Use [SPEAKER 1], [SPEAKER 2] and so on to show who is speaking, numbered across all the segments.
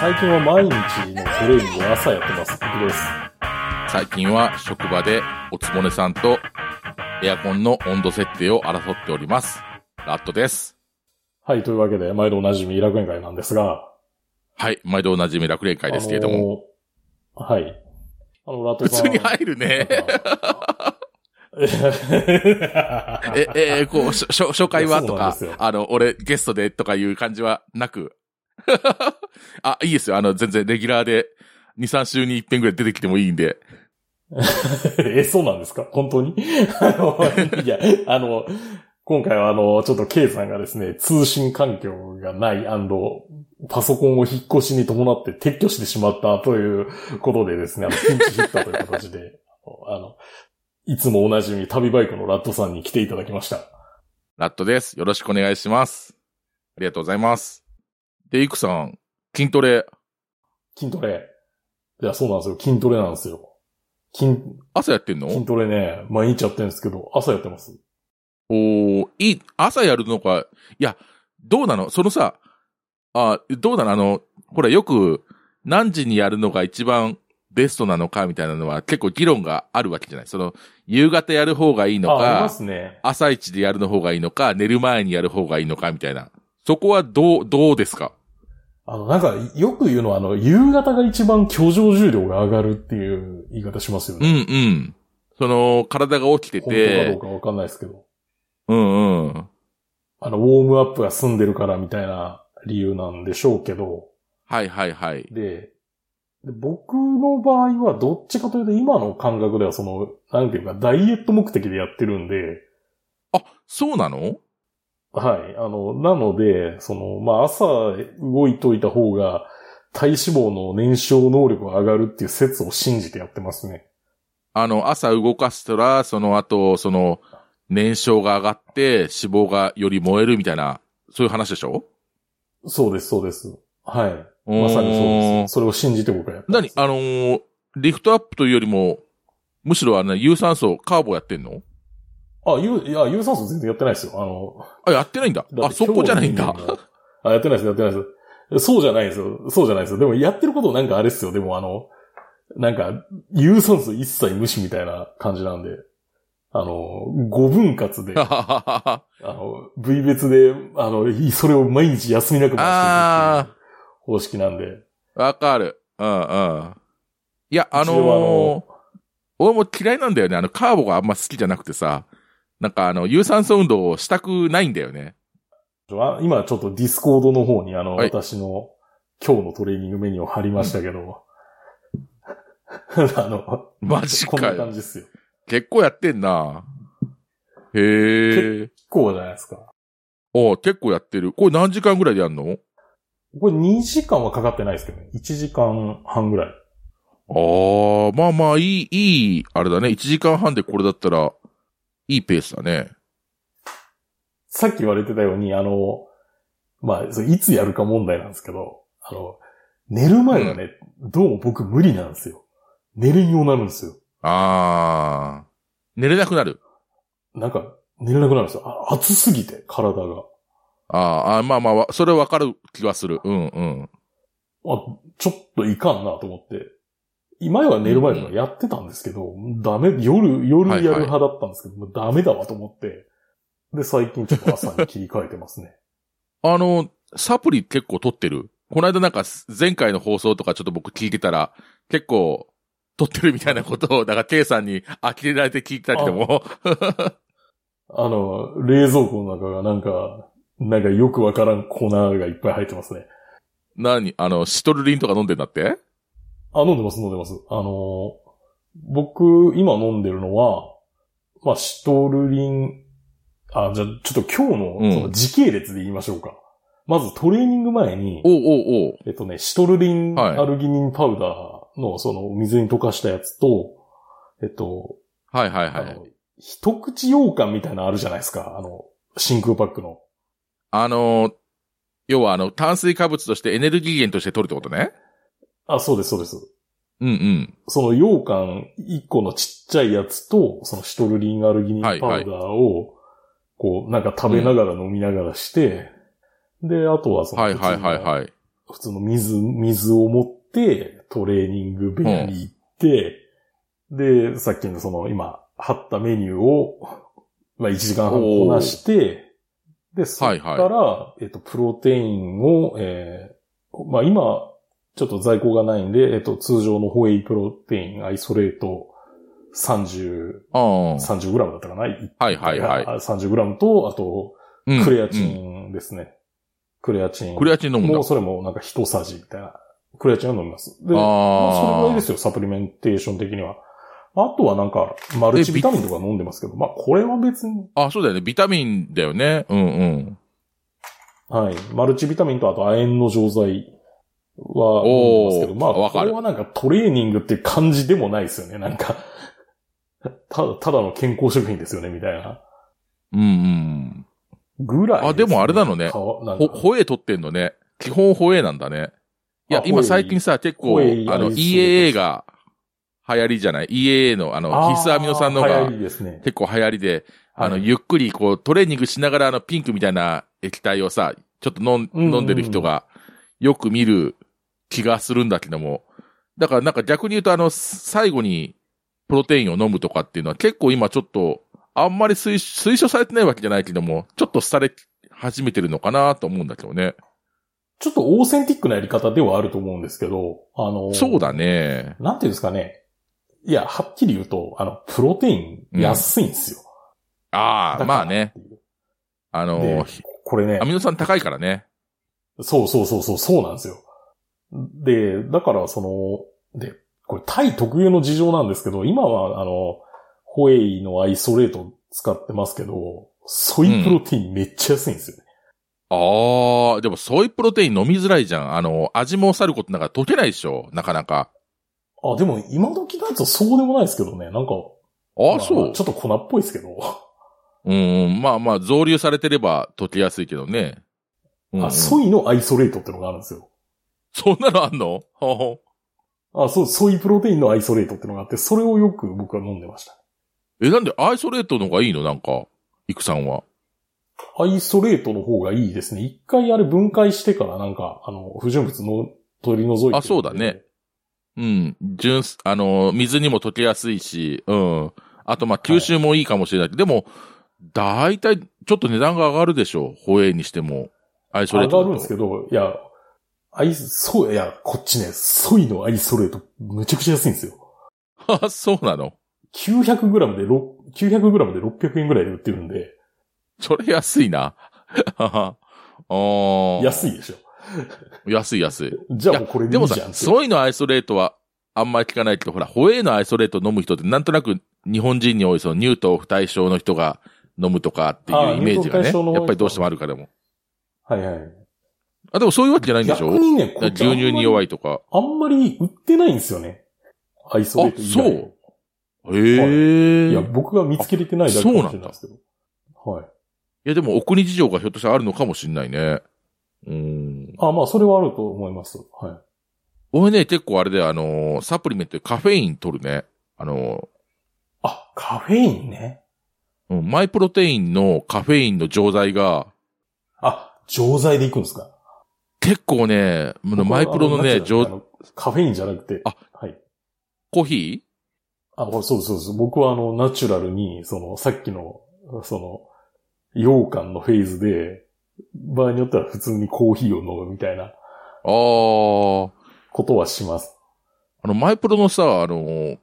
[SPEAKER 1] 最近は毎日のトレーニングを朝やってます。僕です。
[SPEAKER 2] 最近は職場でおつぼねさんとエアコンの温度設定を争っております。ラットです。
[SPEAKER 1] はい、というわけで、毎度おなじみ楽園会なんですが。
[SPEAKER 2] はい。毎度おなじみ楽園会ですけれども。
[SPEAKER 1] あのーはい。あの、ラト
[SPEAKER 2] 普
[SPEAKER 1] さん。
[SPEAKER 2] 通に入 るね。
[SPEAKER 1] なんか
[SPEAKER 2] え、えー、こう、しょしょ紹介はと
[SPEAKER 1] いやそ
[SPEAKER 2] か
[SPEAKER 1] うなんですよ、
[SPEAKER 2] あの、俺ゲストでとかいう感じはなく。 あ、いいですよ。あの、全然レギュラーで2、3週に1遍ぐらい出てきてもいいんで。
[SPEAKER 1] え、そうなんですか本当に あの、いや、あの、今回はあの、ちょっと K さんがですね、通信環境がないパソコンを引っ越しに伴って撤去してしまったということでですね、あの、ピンチヒッターという形で、あの、いつもおなじみ旅バイクのラットさんに来ていただきました。
[SPEAKER 2] ラットです。よろしくお願いします。ありがとうございます。で、イクさん、筋トレ、
[SPEAKER 1] 筋トレ。いや、そうなんですよ。筋トレなんですよ。筋、
[SPEAKER 2] 朝やってんの
[SPEAKER 1] 筋トレね、毎日やってるんですけど、朝やってます。
[SPEAKER 2] おーいい、朝やるのか、いや、どうなのそのさ、あ、どうなのあの、ほらよく、何時にやるのが一番ベストなのかみたいなのは結構議論があるわけじゃないその、夕方やる方がいいの
[SPEAKER 1] あ、ありま
[SPEAKER 2] か、
[SPEAKER 1] すね。
[SPEAKER 2] 朝一でやるの方がいいのか、寝る前にやる方がいいのかみたいな。そこはどう、どうですか
[SPEAKER 1] あの、なんか、よく言うのは、あの、夕方が一番居上重量が上がるっていう言い方しますよ
[SPEAKER 2] う
[SPEAKER 1] ね。
[SPEAKER 2] んうん。その、体が起きて
[SPEAKER 1] 本当かど
[SPEAKER 2] て
[SPEAKER 1] う、かわかんないですけど。
[SPEAKER 2] うんうん。
[SPEAKER 1] あの、ウォームアップが済んでるからみたいな理由なんでしょうけど。
[SPEAKER 2] はいはいはい。
[SPEAKER 1] で、で僕の場合はどっちかというと今の感覚ではその、なんていうか、ダイエット目的でやってるんで、
[SPEAKER 2] あ、そうなの
[SPEAKER 1] はい。あの、なので、その、まあ、朝動いといた方が、体脂肪の燃焼能力が上がるっていう説を信じてやってますね。
[SPEAKER 2] あの、朝動かしたら、その後、その、燃焼が上がって、脂肪がより燃えるみたいな、そういう話でしょ
[SPEAKER 1] そうです、そうです。はい。まさにそうです。それを信じて僕はやっ
[SPEAKER 2] う
[SPEAKER 1] て
[SPEAKER 2] ーん
[SPEAKER 1] ま
[SPEAKER 2] 何
[SPEAKER 1] す。
[SPEAKER 2] あのーリフトアップというよりも、むしろあの、有酸素、カーボやってんの
[SPEAKER 1] あ、有、いや、有酸素全然やってないですよ。あの、
[SPEAKER 2] あ、やってないんだ。
[SPEAKER 1] だっ
[SPEAKER 2] あ、
[SPEAKER 1] て
[SPEAKER 2] そこじゃないんだ
[SPEAKER 1] 今。日の。あ、やってないです、やってないです。そうじゃないですよ。そうじゃないですよ。でも、やってることなんかあれですよ。でも、あの、なんか、有酸素一切無視みたいな感じなんで、あの、5分割で、
[SPEAKER 2] あ
[SPEAKER 1] あの、部位別で、あの、いそれを毎日休みなく回していくって
[SPEAKER 2] あ
[SPEAKER 1] いう方式なんで。
[SPEAKER 2] ー、 わかる。うんうん。いや、あのー
[SPEAKER 1] 一応あの
[SPEAKER 2] 俺も嫌いなんだよね。あの、カーボがあんま好きじゃなくてさ、なんかあの、有酸素運動をしたくないんだよね。
[SPEAKER 1] あ今ちょっとディスコードの方にあの、
[SPEAKER 2] はい
[SPEAKER 1] 私の今日のトレーニングメニューを貼りましたけど、 あの、
[SPEAKER 2] マジ
[SPEAKER 1] こん
[SPEAKER 2] か
[SPEAKER 1] な
[SPEAKER 2] よ
[SPEAKER 1] 感。じですよ。結
[SPEAKER 2] 結構やってんな。へえ。
[SPEAKER 1] 構じゃないですか。
[SPEAKER 2] お結構やってる。これ何時間ぐらいでやんの
[SPEAKER 1] これ2時間はかかってないですけどね。1時間半ぐらい。
[SPEAKER 2] ああ、まあまあ、いい、いい、あれだね。1時間半でこれだったら、いいペースだね。
[SPEAKER 1] さっき言われてたように、あの、まあ、それいつやるか問題なんですけど、あの、寝る前はね、どうも僕無理なんですよ。寝れんようになるんですよ。
[SPEAKER 2] ああ。寝れなくなる。
[SPEAKER 1] なんか、寝れなくなるんですよ。あ暑すぎて、体が。
[SPEAKER 2] あーあー、まあまあわ、それわかる気はする。うんうん。
[SPEAKER 1] あ、ちょっといかんなと思って。今は寝る前とかやってたんですけど、ダメ、夜、夜やる派だったんですけど、もうダメだわと思って。で、最近ちょっと朝に切り替えてますね。
[SPEAKER 2] あの、サプリ結構取ってる。この間なんか、前回の放送とかちょっと僕聞いてたら、結構、取ってるみたいなことを、だから K さんに呆れられて聞いてたけども。
[SPEAKER 1] あの、冷蔵庫の中がなんか、なんかよくわからん粉がいっぱい入ってますね。
[SPEAKER 2] 何あの、シトルリンとか飲んでんだって
[SPEAKER 1] あ、飲んでます、飲んでます。あの、僕、今飲んでるのは、まあ、シトルリン、あ、じゃあ、ちょっと今日
[SPEAKER 2] う
[SPEAKER 1] の
[SPEAKER 2] ん
[SPEAKER 1] その時系列で言いましょうか。まずトレーニング前に、
[SPEAKER 2] おうおうおう。
[SPEAKER 1] えっとね、シトルリン、
[SPEAKER 2] はい
[SPEAKER 1] アルギニンパウダーの、その、水に溶かしたやつと、えっと、
[SPEAKER 2] はいはい
[SPEAKER 1] あ
[SPEAKER 2] はい。
[SPEAKER 1] の、一口羊羹みたいなのあるじゃないですか。あの、真空パックの。
[SPEAKER 2] あのー、要はあの、炭水化物としてエネルギー源として取るってことね。
[SPEAKER 1] あ、そうです、そうです。
[SPEAKER 2] うんうん。
[SPEAKER 1] その羊羹一個のちっちゃいやつと、そのシトルリンアルギニンパウダーを、こう、なんか食べながら飲みながらして、で、あとはその、
[SPEAKER 2] はいはいはいはい。
[SPEAKER 1] 普通の水、水を持って、トレーニング部屋に行って、で、さっきのその、今、貼ったメニューを、まあ、1時間半こなして、で、そ
[SPEAKER 2] は
[SPEAKER 1] っ
[SPEAKER 2] い
[SPEAKER 1] から、
[SPEAKER 2] はい
[SPEAKER 1] えっと、プロテインを、えーまあ、今、ちょっと在庫がないんで、えっと、通常のホエイプロテイン、アイソレート、30、
[SPEAKER 2] ああ。は
[SPEAKER 1] 30g だったかない
[SPEAKER 2] はいはい。
[SPEAKER 1] 30g と、あと、
[SPEAKER 2] うん
[SPEAKER 1] クレアチ
[SPEAKER 2] うん
[SPEAKER 1] ンですね。クレアチン。
[SPEAKER 2] クレアチン飲むんだ
[SPEAKER 1] もう。それもなんか一さじみたいな。クレアチンを飲みます。で、まあそれぐらい
[SPEAKER 2] あ
[SPEAKER 1] ですよ、サプリメンテーション的には。あとはなんか、マルチビタミンとか飲んでますけど、まあこれは別に、
[SPEAKER 2] あ。あ、そうだよね。ビタミンだよね。うんうん。
[SPEAKER 1] はい。マルチビタミンとあと亜鉛の錠剤は飲んでますけど、
[SPEAKER 2] おー
[SPEAKER 1] まあ
[SPEAKER 2] わ
[SPEAKER 1] こ
[SPEAKER 2] かる
[SPEAKER 1] れはなんかトレーニングっていう感じでもないですよね、なんか。ただ、ただの健康食品ですよね、みたいな。
[SPEAKER 2] うんうん。
[SPEAKER 1] ぐらいすね、
[SPEAKER 2] あでもあれなのね
[SPEAKER 1] かわなんか
[SPEAKER 2] ほ、ホエイ取ってんのね。基本ホエイなんだね。いや
[SPEAKER 1] あ、
[SPEAKER 2] 今
[SPEAKER 1] ホエイ
[SPEAKER 2] 最近さ、結構、
[SPEAKER 1] ホエイ
[SPEAKER 2] あ
[SPEAKER 1] ア
[SPEAKER 2] の、
[SPEAKER 1] イス
[SPEAKER 2] EAA が流行りじゃない ?EAA の、あの、必須アミノ酸の
[SPEAKER 1] あー
[SPEAKER 2] が
[SPEAKER 1] 流行りですね。
[SPEAKER 2] 結構流行りで、あの、
[SPEAKER 1] はい
[SPEAKER 2] ゆっくりこう、トレーニングしながらあの、ピンクみたいな液体をさ、ちょっと飲ん
[SPEAKER 1] うんうん
[SPEAKER 2] 飲んでる人がよく見る気がするんだけども。だからなんか逆に言うとあの、最後にプロテインを飲むとかっていうのは結構今ちょっと、あんまり推推奨されてないわけじゃないけども、ちょっとされ始めてるのかなと思うんだけどね。
[SPEAKER 1] ちょっとオーセンティックなやり方ではあると思うんですけど、あの、
[SPEAKER 2] そうだね。
[SPEAKER 1] なんていうんですかね。いや、はっきり言うと、あの、プロテイン安いんですよ。
[SPEAKER 2] ああ、
[SPEAKER 1] だから
[SPEAKER 2] まあね。。あの
[SPEAKER 1] で、これね
[SPEAKER 2] ア、ミノ酸高いからね。
[SPEAKER 1] そうそうそうそう、そうなんですよ。で、だからその、で、これタイ特有の事情なんですけど、今はあの、ホエイのアイソレート使ってますけど、ソイプロテインめっちゃ安いんですよね。
[SPEAKER 2] ああ、でもソイプロテイン飲みづらいじゃん。あの、味もさることながら溶けないでしょ。なかなか。
[SPEAKER 1] あ、でも今時のやつはそうでもないですけどね。なんか、
[SPEAKER 2] あ
[SPEAKER 1] ま
[SPEAKER 2] あ、
[SPEAKER 1] あ
[SPEAKER 2] そう
[SPEAKER 1] ち。ょっと粉っぽいですけど。
[SPEAKER 2] うんうん、まあまあ、増流されてれば溶けやすいけどね。うんうん
[SPEAKER 1] あ、ソイのアイソレートってのがあるんですよ。
[SPEAKER 2] そんなのあんの ほほ
[SPEAKER 1] あ、そう、ソイプロテインのアイソレートってのがあって、それをよく僕は飲んでました。
[SPEAKER 2] え、なんでアイソレートの方がいいのなんか、イクさんは。
[SPEAKER 1] アイソレートの方がいいですね。一回あれ分解してからなんか、あの、不純物の取り除いてるんで
[SPEAKER 2] あそうだね。うん。純す、あの、水にも溶けやすいし、うん。あと、まあ、吸収もいいかもしれないけど、でも、だいたい、ちょっと値段が上がるでしょう。ホエイにしても、アイソレ
[SPEAKER 1] 上
[SPEAKER 2] ート
[SPEAKER 1] が
[SPEAKER 2] だ
[SPEAKER 1] る
[SPEAKER 2] と。
[SPEAKER 1] んですけど、いや、アイ、そう、いや、こっちね、ソイのアイソレート、むちゃくちゃ安いんですよ。
[SPEAKER 2] あ、そうなの
[SPEAKER 1] 900g でろ、900g で600円ぐらいで売ってるんで、
[SPEAKER 2] それ安いな。 あー
[SPEAKER 1] 安いでしょ。
[SPEAKER 2] 安い安い。
[SPEAKER 1] じゃあもうこれで
[SPEAKER 2] で
[SPEAKER 1] いい
[SPEAKER 2] も
[SPEAKER 1] じゃん
[SPEAKER 2] さ、
[SPEAKER 1] って。
[SPEAKER 2] ソイのアイソレートはあんまり聞かないけど、ほら、ホエイのアイソレート飲む人ってなんとなく日本人に多いその乳糖不対症の人が飲むとかって
[SPEAKER 1] ああ
[SPEAKER 2] いうイメージがね、
[SPEAKER 1] 乳糖不対症の人
[SPEAKER 2] やっぱりどうしてもあるからも。
[SPEAKER 1] はいはい。
[SPEAKER 2] あ、でもそういうわけじゃないんでし
[SPEAKER 1] 逆
[SPEAKER 2] ょ
[SPEAKER 1] にね、こ
[SPEAKER 2] だ
[SPEAKER 1] っ
[SPEAKER 2] か
[SPEAKER 1] ち
[SPEAKER 2] ら
[SPEAKER 1] あん
[SPEAKER 2] 牛
[SPEAKER 1] まり
[SPEAKER 2] 乳に弱いとか。
[SPEAKER 1] あんまり売ってないんですよね。アイソレート以外
[SPEAKER 2] あそうへえ。
[SPEAKER 1] い
[SPEAKER 2] い
[SPEAKER 1] や、
[SPEAKER 2] や、
[SPEAKER 1] 僕が見つけれてないだけかもしれないですけど。はい。
[SPEAKER 2] でもお国事情がひょっとしたらあるのかもしんないね。うん。
[SPEAKER 1] あ、まあ、それはあると思います。はい。
[SPEAKER 2] 俺ね、結構あれだよ、あのーサプリメントでカフェイン取るね。あの
[SPEAKER 1] あ、カフェインね。
[SPEAKER 2] ーうんマイプロテインのカフェインの錠剤が、
[SPEAKER 1] あ、錠剤でいくんですか
[SPEAKER 2] 結構ね、あのマイプロのね、
[SPEAKER 1] 僕はあ
[SPEAKER 2] 錠
[SPEAKER 1] なんていうのあのカフェインじゃなくて。
[SPEAKER 2] あ、
[SPEAKER 1] はい。
[SPEAKER 2] コーヒー
[SPEAKER 1] あ、これそうですそうです。僕はあの、ナチュラルに、その、さっきの、その、羊羹のフェーズで、場合によっては普通にコーヒーを飲むみたいな
[SPEAKER 2] ああ、
[SPEAKER 1] ことはします。
[SPEAKER 2] あの、マイプロのさ、あの、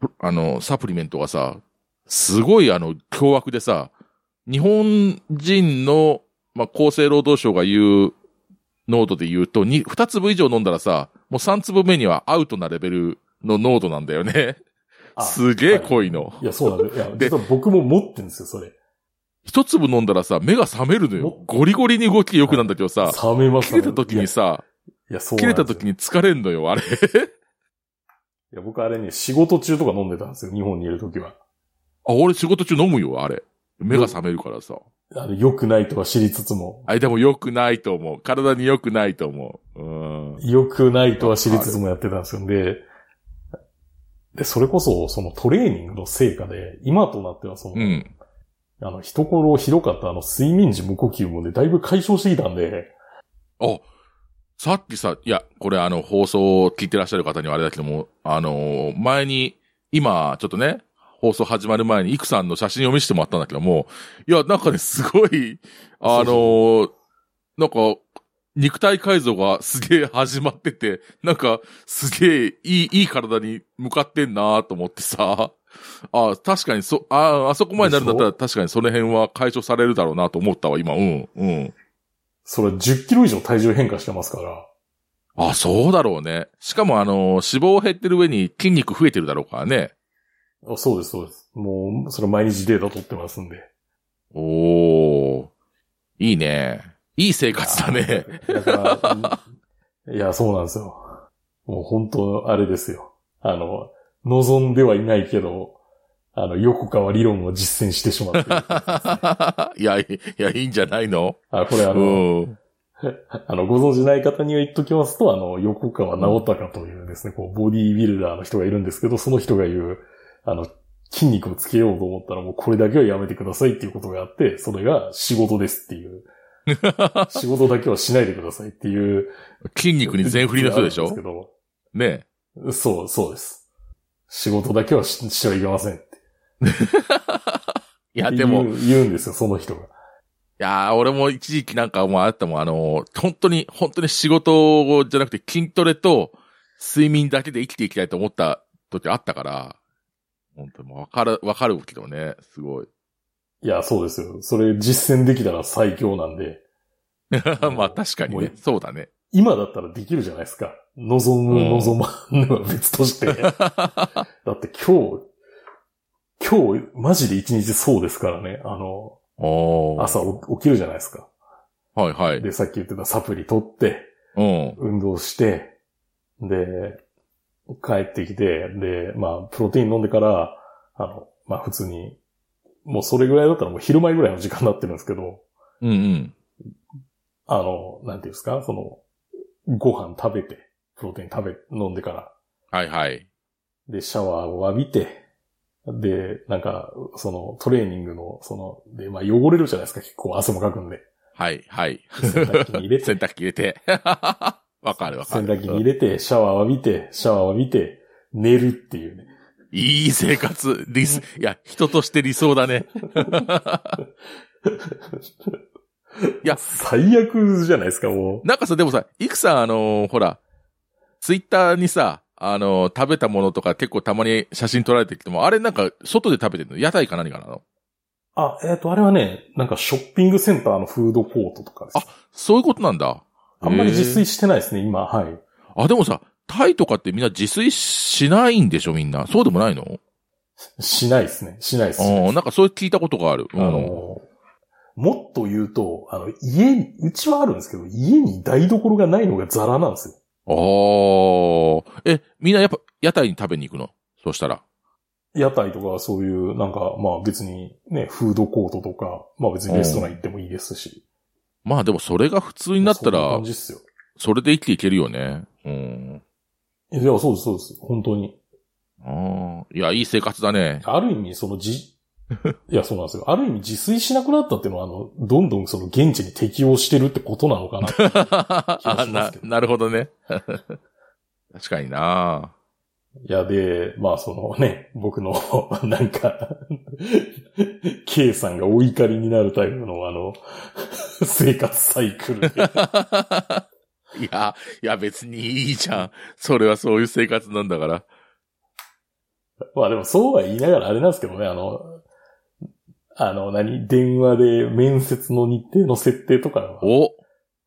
[SPEAKER 2] プあの、サプリメントがさ、すごいあの、凶悪でさ、日本人の、まあ、厚生労働省が言う、濃度で言うと、に二粒以上飲んだらさ、もう三粒目にはアウトなレベルの濃度なんだよね。
[SPEAKER 1] あ
[SPEAKER 2] すげえ濃いの
[SPEAKER 1] は。いや、そうなんです。いや、
[SPEAKER 2] で
[SPEAKER 1] 実は僕も持ってるんですよ、それ。
[SPEAKER 2] 一粒飲んだらさ、目が覚めるのよ
[SPEAKER 1] も。
[SPEAKER 2] ゴリゴリに動き良くなんだけどさ、
[SPEAKER 1] 冷めます
[SPEAKER 2] 切れた時にさ、
[SPEAKER 1] いや、そう
[SPEAKER 2] 切
[SPEAKER 1] なん
[SPEAKER 2] れ
[SPEAKER 1] です
[SPEAKER 2] た
[SPEAKER 1] よ
[SPEAKER 2] 時に疲れんのよ、あれ。
[SPEAKER 1] いや、僕あれね、仕事中とか飲んでたんですよ、日本にいる時は。
[SPEAKER 2] あ、俺仕事中飲むよ、あれ。目が覚めるからさ。
[SPEAKER 1] あの、良くないとは知りつつも、
[SPEAKER 2] あ、でも良くないと思う。体に良くないと思う。うん。
[SPEAKER 1] 良くないとは知りつつもやってたんですよ。で、で、それこそ、そのトレーニングの成果で、今となってはその、
[SPEAKER 2] うん。
[SPEAKER 1] あの、一頃ひどかったあの、睡眠時無呼吸もね、だいぶ解消してきたんで、
[SPEAKER 2] あ、さっきさ、いや、これあの、放送を聞いてらっしゃる方にはあれだけども、あの、前に、今、ちょっとね、放送始まる前に、イクさんの写真を見せてもらったんだけども、いや、なんかね、すごい、あの、なんか、肉体改造がすげえ始まってて、なんか、すげえいい、いい体に向かってんなと思ってさ、あ確かにそ、ああそこまでなるんだったら確かにその辺は解消されるだろうなと思ったわ、今、うん、うん。
[SPEAKER 1] それ10キロ以上体重変化してますから。
[SPEAKER 2] あ、そうだろうね。しかもあの、脂肪減ってる上に筋肉増えてるだろうからね。
[SPEAKER 1] あそうです、そうです。もう、それ毎日データ取ってますんで。
[SPEAKER 2] おー。いいね。いい生活だね。
[SPEAKER 1] だからいや、そうなんですよ。もう本当、あれですよ。あの、望んではいないけど、あの、横川理論を実践してしまって る
[SPEAKER 2] いや、いや、いいんじゃないの
[SPEAKER 1] あ、これあ
[SPEAKER 2] う
[SPEAKER 1] の、
[SPEAKER 2] ん。
[SPEAKER 1] あの、ご存知ない方には言っときますと、あの、横川直隆というですね、こう、ボディービルダーの人がいるんですけど、その人が言う、あの、筋肉をつけようと思ったらもうこれだけはやめてくださいっていうことがあって、それが仕事ですって いう。仕事だけはしないでくださいっていう。
[SPEAKER 2] 筋肉に全振りの人でし
[SPEAKER 1] あるん
[SPEAKER 2] ょ
[SPEAKER 1] すけど
[SPEAKER 2] ね
[SPEAKER 1] そう、そうです。仕事だけはししてはいけませんって
[SPEAKER 2] いや、でも、い
[SPEAKER 1] 言う言うんですよ、その人が。
[SPEAKER 2] や、俺も一時期なんかもうあったもん、あの、本当に、本当に仕事じゃなくて筋トレと睡眠だけで生きていきたいと思った時あったから、本当にもうわかる、わかるけどね、すごい。
[SPEAKER 1] いや、そうですよ。それ実践できたら最強なんで、
[SPEAKER 2] まあ確かに
[SPEAKER 1] もう
[SPEAKER 2] ね
[SPEAKER 1] い。
[SPEAKER 2] そうだね。
[SPEAKER 1] 今だったらできるじゃないですか。望む、
[SPEAKER 2] うん
[SPEAKER 1] 望まんのは別と して。だって今日、今日、マジで一日そうですからね。あの、
[SPEAKER 2] おー。
[SPEAKER 1] 朝起きるじゃないですか。
[SPEAKER 2] はいはい。
[SPEAKER 1] で、さっき言ってたサプリ取って、
[SPEAKER 2] うん。
[SPEAKER 1] 運動して、で、帰ってきて、で、まあ、プロテイン飲んでから、あの、まあ普通に、もうそれぐらいだったらもう昼前ぐらいの時間になってるんですけど、
[SPEAKER 2] うんうん。
[SPEAKER 1] あの、なんていうんですか、その、ご飯食べて、プロテイン食べ、飲んでから、
[SPEAKER 2] はいはい。
[SPEAKER 1] で、シャワーを浴びて、で、なんか、その、トレーニングの、その、で、まあ、汚れるじゃないですか、結構汗もかくんで。
[SPEAKER 2] はいはい。
[SPEAKER 1] 洗濯機に入れて、
[SPEAKER 2] 洗濯機入れて。 わかるわ か
[SPEAKER 1] 洗
[SPEAKER 2] る。
[SPEAKER 1] 濯機に入れて、シャワー浴びて、シャワー浴びて、寝るっていうね。
[SPEAKER 2] いい生活。理す、いや、人として理想 だね。いや
[SPEAKER 1] 最悪じゃないですか、も
[SPEAKER 2] なんかさ、でもさ、いくさん、あのーほら、ツイッターにさ、あのー食べたものとか結構たまに写真撮られてきても、あれなんか、外で食べてるの屋台か何かなの
[SPEAKER 1] う。あ、えっ、と、あれはね、なんかショッピングセンターのフードコートとかです。
[SPEAKER 2] そういうことなんだ。
[SPEAKER 1] あんまり自
[SPEAKER 2] へ
[SPEAKER 1] 炊してないですね、今、はい。
[SPEAKER 2] ー。あ、でもさ、タイとかってみんな自炊しないんでしょみんな。そうでもないの
[SPEAKER 1] しないですね、しないです。
[SPEAKER 2] うん、なんかそう聞いたことがある。
[SPEAKER 1] あ
[SPEAKER 2] うん
[SPEAKER 1] の、もっと言うと、あの、家に、うちはあるんですけど、家に台所がないのがザラなんですよ。
[SPEAKER 2] あー。え、みんなやっぱ屋台に食べに行くのそうしたら。
[SPEAKER 1] 屋台とかそういう、なんか、まあ別にね、フードコートとか、まあ別にレストラン行ってもいいですし。
[SPEAKER 2] まあでもそれが普通になった
[SPEAKER 1] そんな
[SPEAKER 2] ら
[SPEAKER 1] 感、じっすよ。
[SPEAKER 2] それで生きていけるよね。うん。
[SPEAKER 1] いや、そうです、そうです。本当に。
[SPEAKER 2] ああ。いや、いい生活だね。
[SPEAKER 1] ある意味、そのじ、 いや、そうなんですよ。ある意味自炊しなくなったっていうのは、あの、どんどんその現地に適応してるってことなのかな。
[SPEAKER 2] あ
[SPEAKER 1] します
[SPEAKER 2] な
[SPEAKER 1] け、ど
[SPEAKER 2] なるほどね。 確かにない
[SPEAKER 1] や、で、まあそのね、僕の、 なんか、K さんがお怒りになるタイプの、あの、 生活サイクル。
[SPEAKER 2] いや、いや別にいいじゃん。それはそういう生活なんだから。
[SPEAKER 1] まあでもそうは言いながらあれなんですけどね、あの、あの、何、電話で面接の日程の設定とかは
[SPEAKER 2] お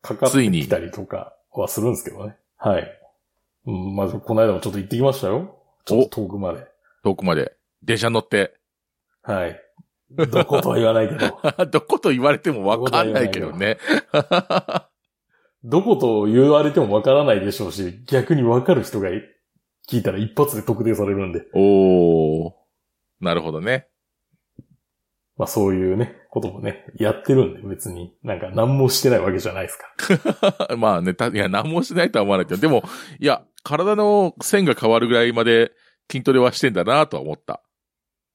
[SPEAKER 1] かかってきたりとかはするんですけどね。はい。うん、まず、この間もちょっと行ってきましたよ。ちょっと遠くまで。
[SPEAKER 2] 遠くまで。電車乗って。
[SPEAKER 1] はい。どことは言わないけど。
[SPEAKER 2] どこと言われてもわかんないけどね。
[SPEAKER 1] どこと言われてもわからないでしょうし、逆にわかる人がい聞いたら一発で特定されるんで。
[SPEAKER 2] おー。なるほどね。
[SPEAKER 1] まあそういうね、こともね、やってるんで別に、なんか何もしてないわけじゃないですか。
[SPEAKER 2] まあね、た、いや、何もしないとは思わないけど、でも、いや、体の線が変わるぐらいまで筋トレはしてんだなとは思った。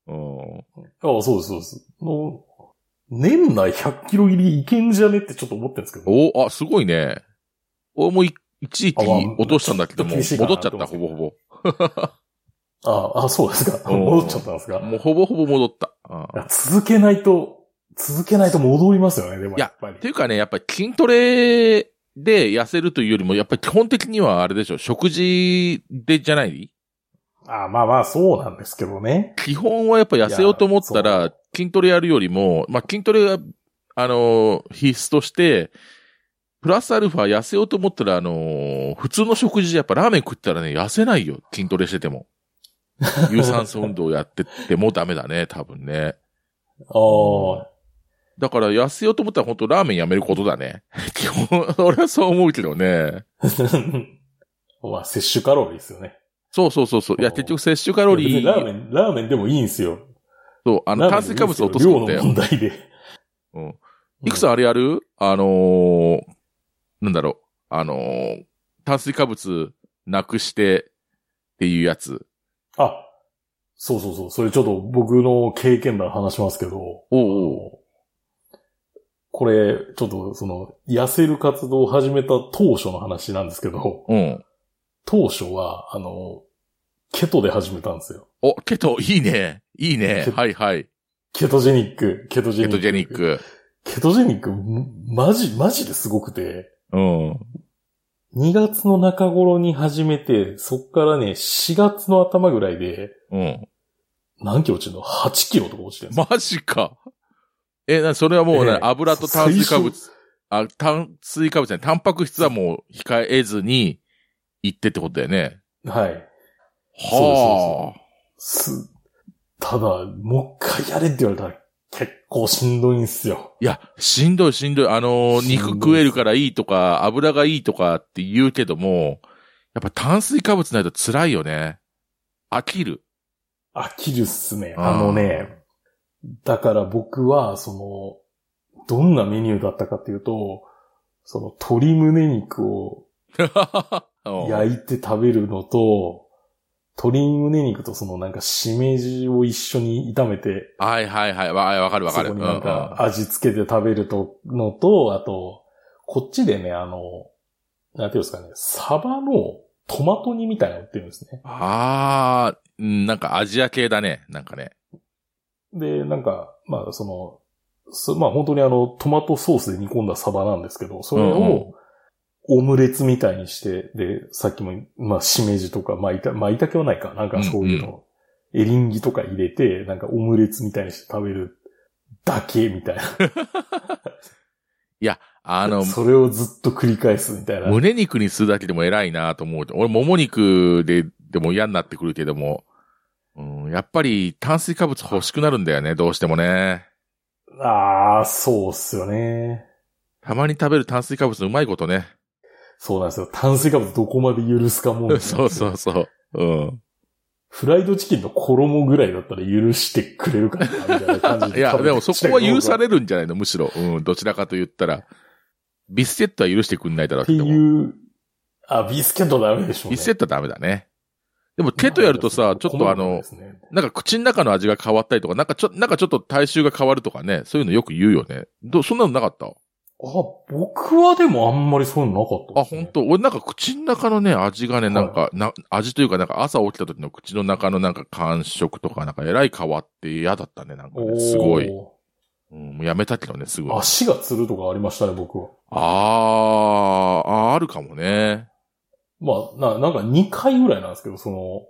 [SPEAKER 2] うん。
[SPEAKER 1] ああ、そうです、そうです。もう年内100キロ切りいけんじゃねってちょっと思ってるんですけど。
[SPEAKER 2] おあ、すごいね。俺もい一時期落としたんだけども、
[SPEAKER 1] あまあ
[SPEAKER 2] 戻っ
[SPEAKER 1] ちょっと厳しい
[SPEAKER 2] ち
[SPEAKER 1] かな
[SPEAKER 2] ゃった、ほぼほぼ。
[SPEAKER 1] ああ、そうですか。
[SPEAKER 2] うん
[SPEAKER 1] 戻っちゃったんですか。
[SPEAKER 2] もうほぼほぼ戻った。あ
[SPEAKER 1] い
[SPEAKER 2] あ
[SPEAKER 1] や続けないと、続けないと戻りますよね、でもやっぱり
[SPEAKER 2] っ。ていうかね、やっぱり筋トレで痩せるというよりも、やっぱり基本的にはあれでしょ、食事でじゃない
[SPEAKER 1] あまあまあ、そうなんですけどね。
[SPEAKER 2] 基本はやっぱ痩せようと思った
[SPEAKER 1] いや
[SPEAKER 2] ら、筋トレやるよりも、まあ筋トレが、あのー、必須として、プラスアルファ痩せようと思ったら、あのー、普通の食事でやっぱラーメン食ったらね、痩せないよ。筋トレしてても。有酸素運動やっててもダメだね、 多分ね。
[SPEAKER 1] ああ、
[SPEAKER 2] だから痩せようと思ったら本当ラーメンやめることだね。 基本、俺はそう思うけどね。
[SPEAKER 1] まあ、摂取カロリーですよね。
[SPEAKER 2] そうそうそうそう。いや、
[SPEAKER 1] おー
[SPEAKER 2] 結局摂取カロリ
[SPEAKER 1] 別にラーメ
[SPEAKER 2] ー、
[SPEAKER 1] ン、ラーメンでもいいんですよ。
[SPEAKER 2] そう、あの、
[SPEAKER 1] ラ
[SPEAKER 2] 炭
[SPEAKER 1] ーメン
[SPEAKER 2] 水
[SPEAKER 1] で
[SPEAKER 2] 化
[SPEAKER 1] もいいんす
[SPEAKER 2] 物を落とすんだ
[SPEAKER 1] 量の
[SPEAKER 2] よ
[SPEAKER 1] 問。題で。
[SPEAKER 2] うん。いくつあれやるあのー、なんだろう、あのー、炭水化物なくしてっていうやつ
[SPEAKER 1] あ、そうそうそう。それちょっと僕の経験談話しますけど。
[SPEAKER 2] おう
[SPEAKER 1] これ、ちょっとその、痩せる活動を始めた当初の話なんですけど、
[SPEAKER 2] うん。
[SPEAKER 1] 当初は、あの、ケトで始めたんですよ。
[SPEAKER 2] お、ケト、いいね。いいね
[SPEAKER 1] ケ。
[SPEAKER 2] はいはい。
[SPEAKER 1] ケトジェニック、ケトジェ
[SPEAKER 2] ケ
[SPEAKER 1] ニック。
[SPEAKER 2] トジェニッ。ク。
[SPEAKER 1] ケトジェニック、マジ、マジですごくて、
[SPEAKER 2] うん。
[SPEAKER 1] 2月の中頃に始めて、そっからね、4月の頭ぐらいで、
[SPEAKER 2] うん。
[SPEAKER 1] 何キロ落ちるの ?8 キロとか落ちてるんですよ
[SPEAKER 2] マジか。え、な、それはもう
[SPEAKER 1] え
[SPEAKER 2] ね、
[SPEAKER 1] え
[SPEAKER 2] 油と炭水化
[SPEAKER 1] 最
[SPEAKER 2] 物、あ、炭水化物じゃない、タンパク質はもう控えずに行ってってことだよね。
[SPEAKER 1] はい。
[SPEAKER 2] はあ。
[SPEAKER 1] そうす、ただ、もう一回やれって言われたら結構しんどいんすよ。
[SPEAKER 2] いや、しんどいしんどい。あのー
[SPEAKER 1] しんどい
[SPEAKER 2] 肉食えるからいいとか、油がいいとかって言うけども、やっぱ炭水化物ないと辛いよね。飽きる。
[SPEAKER 1] 飽きるっすね。
[SPEAKER 2] あー
[SPEAKER 1] あのね、だから僕は、その、どんなメニューだったかっていうと、その鶏胸肉を
[SPEAKER 2] うん
[SPEAKER 1] 焼いて食べるのと、鶏胸肉とそのなんかしめじを一緒に炒めて、
[SPEAKER 2] はいはいはい。わわかるわかる。
[SPEAKER 1] そこに
[SPEAKER 2] うん
[SPEAKER 1] なんか味付けて食べるとのと、あと、こっちでね、あの、なんていうんですかね、サバのトマト煮みたいなの売ってるんですね。
[SPEAKER 2] ああ、うんなんかアジア系だね。なんかね。
[SPEAKER 1] で、なんか、まあその、そまあ本当にあの、トマトソースで煮込んだサバなんですけど、それ
[SPEAKER 2] うんう
[SPEAKER 1] をオムレツみたいにして、で、さっきも、まあしめじとか、まあいた、まあいたけはないか、なんかそういうの、エリンギとか入れて、なんかオムレツみたいにして食べるだけみたいな。
[SPEAKER 2] あの、
[SPEAKER 1] それをずっと繰り返すみたいな。
[SPEAKER 2] 胸肉にするだけでも偉いなと思う。俺、もも肉で、でも嫌になってくるけども、うん、やっぱり炭水化物欲しくなるんだよね。どうしてもね。
[SPEAKER 1] ああ、そうっすよね。
[SPEAKER 2] たまに食べる炭水化物のうまいことね。
[SPEAKER 1] そうなんですよ。炭水化物どこまで許すかもん。
[SPEAKER 2] そうそうそう。うん。
[SPEAKER 1] フライドチキンの衣ぐらいだったら許してくれるかな、みたいな感じで。
[SPEAKER 2] いや、でもそこは許さ
[SPEAKER 1] る。
[SPEAKER 2] れるんじゃないのむしろ。うん。どちらかと言ったら。ビスケットは許してくんないだろう
[SPEAKER 1] って
[SPEAKER 2] けども。
[SPEAKER 1] いう、あ、ビスケットダメでしょうね。
[SPEAKER 2] ビスケットはダメだね。でも、ケトやるとさ、ちょっとあの、なんか口の中の味が変わったりとか、なんかちょ、なんかちょっと体臭が変わるとかね、そういうのよく言うよね。ど、そんなのなかった
[SPEAKER 1] あ、僕はでもあんまりそういうのなかった
[SPEAKER 2] あ、
[SPEAKER 1] ですね、
[SPEAKER 2] 本当俺なんか口の中のね、味がね、なんか、な、味というかなんか朝起きた時の口の中のなんか感触とか、なんかえらい変わって嫌だったね、なんか
[SPEAKER 1] お
[SPEAKER 2] ね、
[SPEAKER 1] ー
[SPEAKER 2] すごい。。うん、もうやめたけどね、すぐ。あ
[SPEAKER 1] 足がつるとかありましたね、僕は。
[SPEAKER 2] あー、あーあるかもね。
[SPEAKER 1] まあ、な、なんか2回ぐらいなんですけど、その、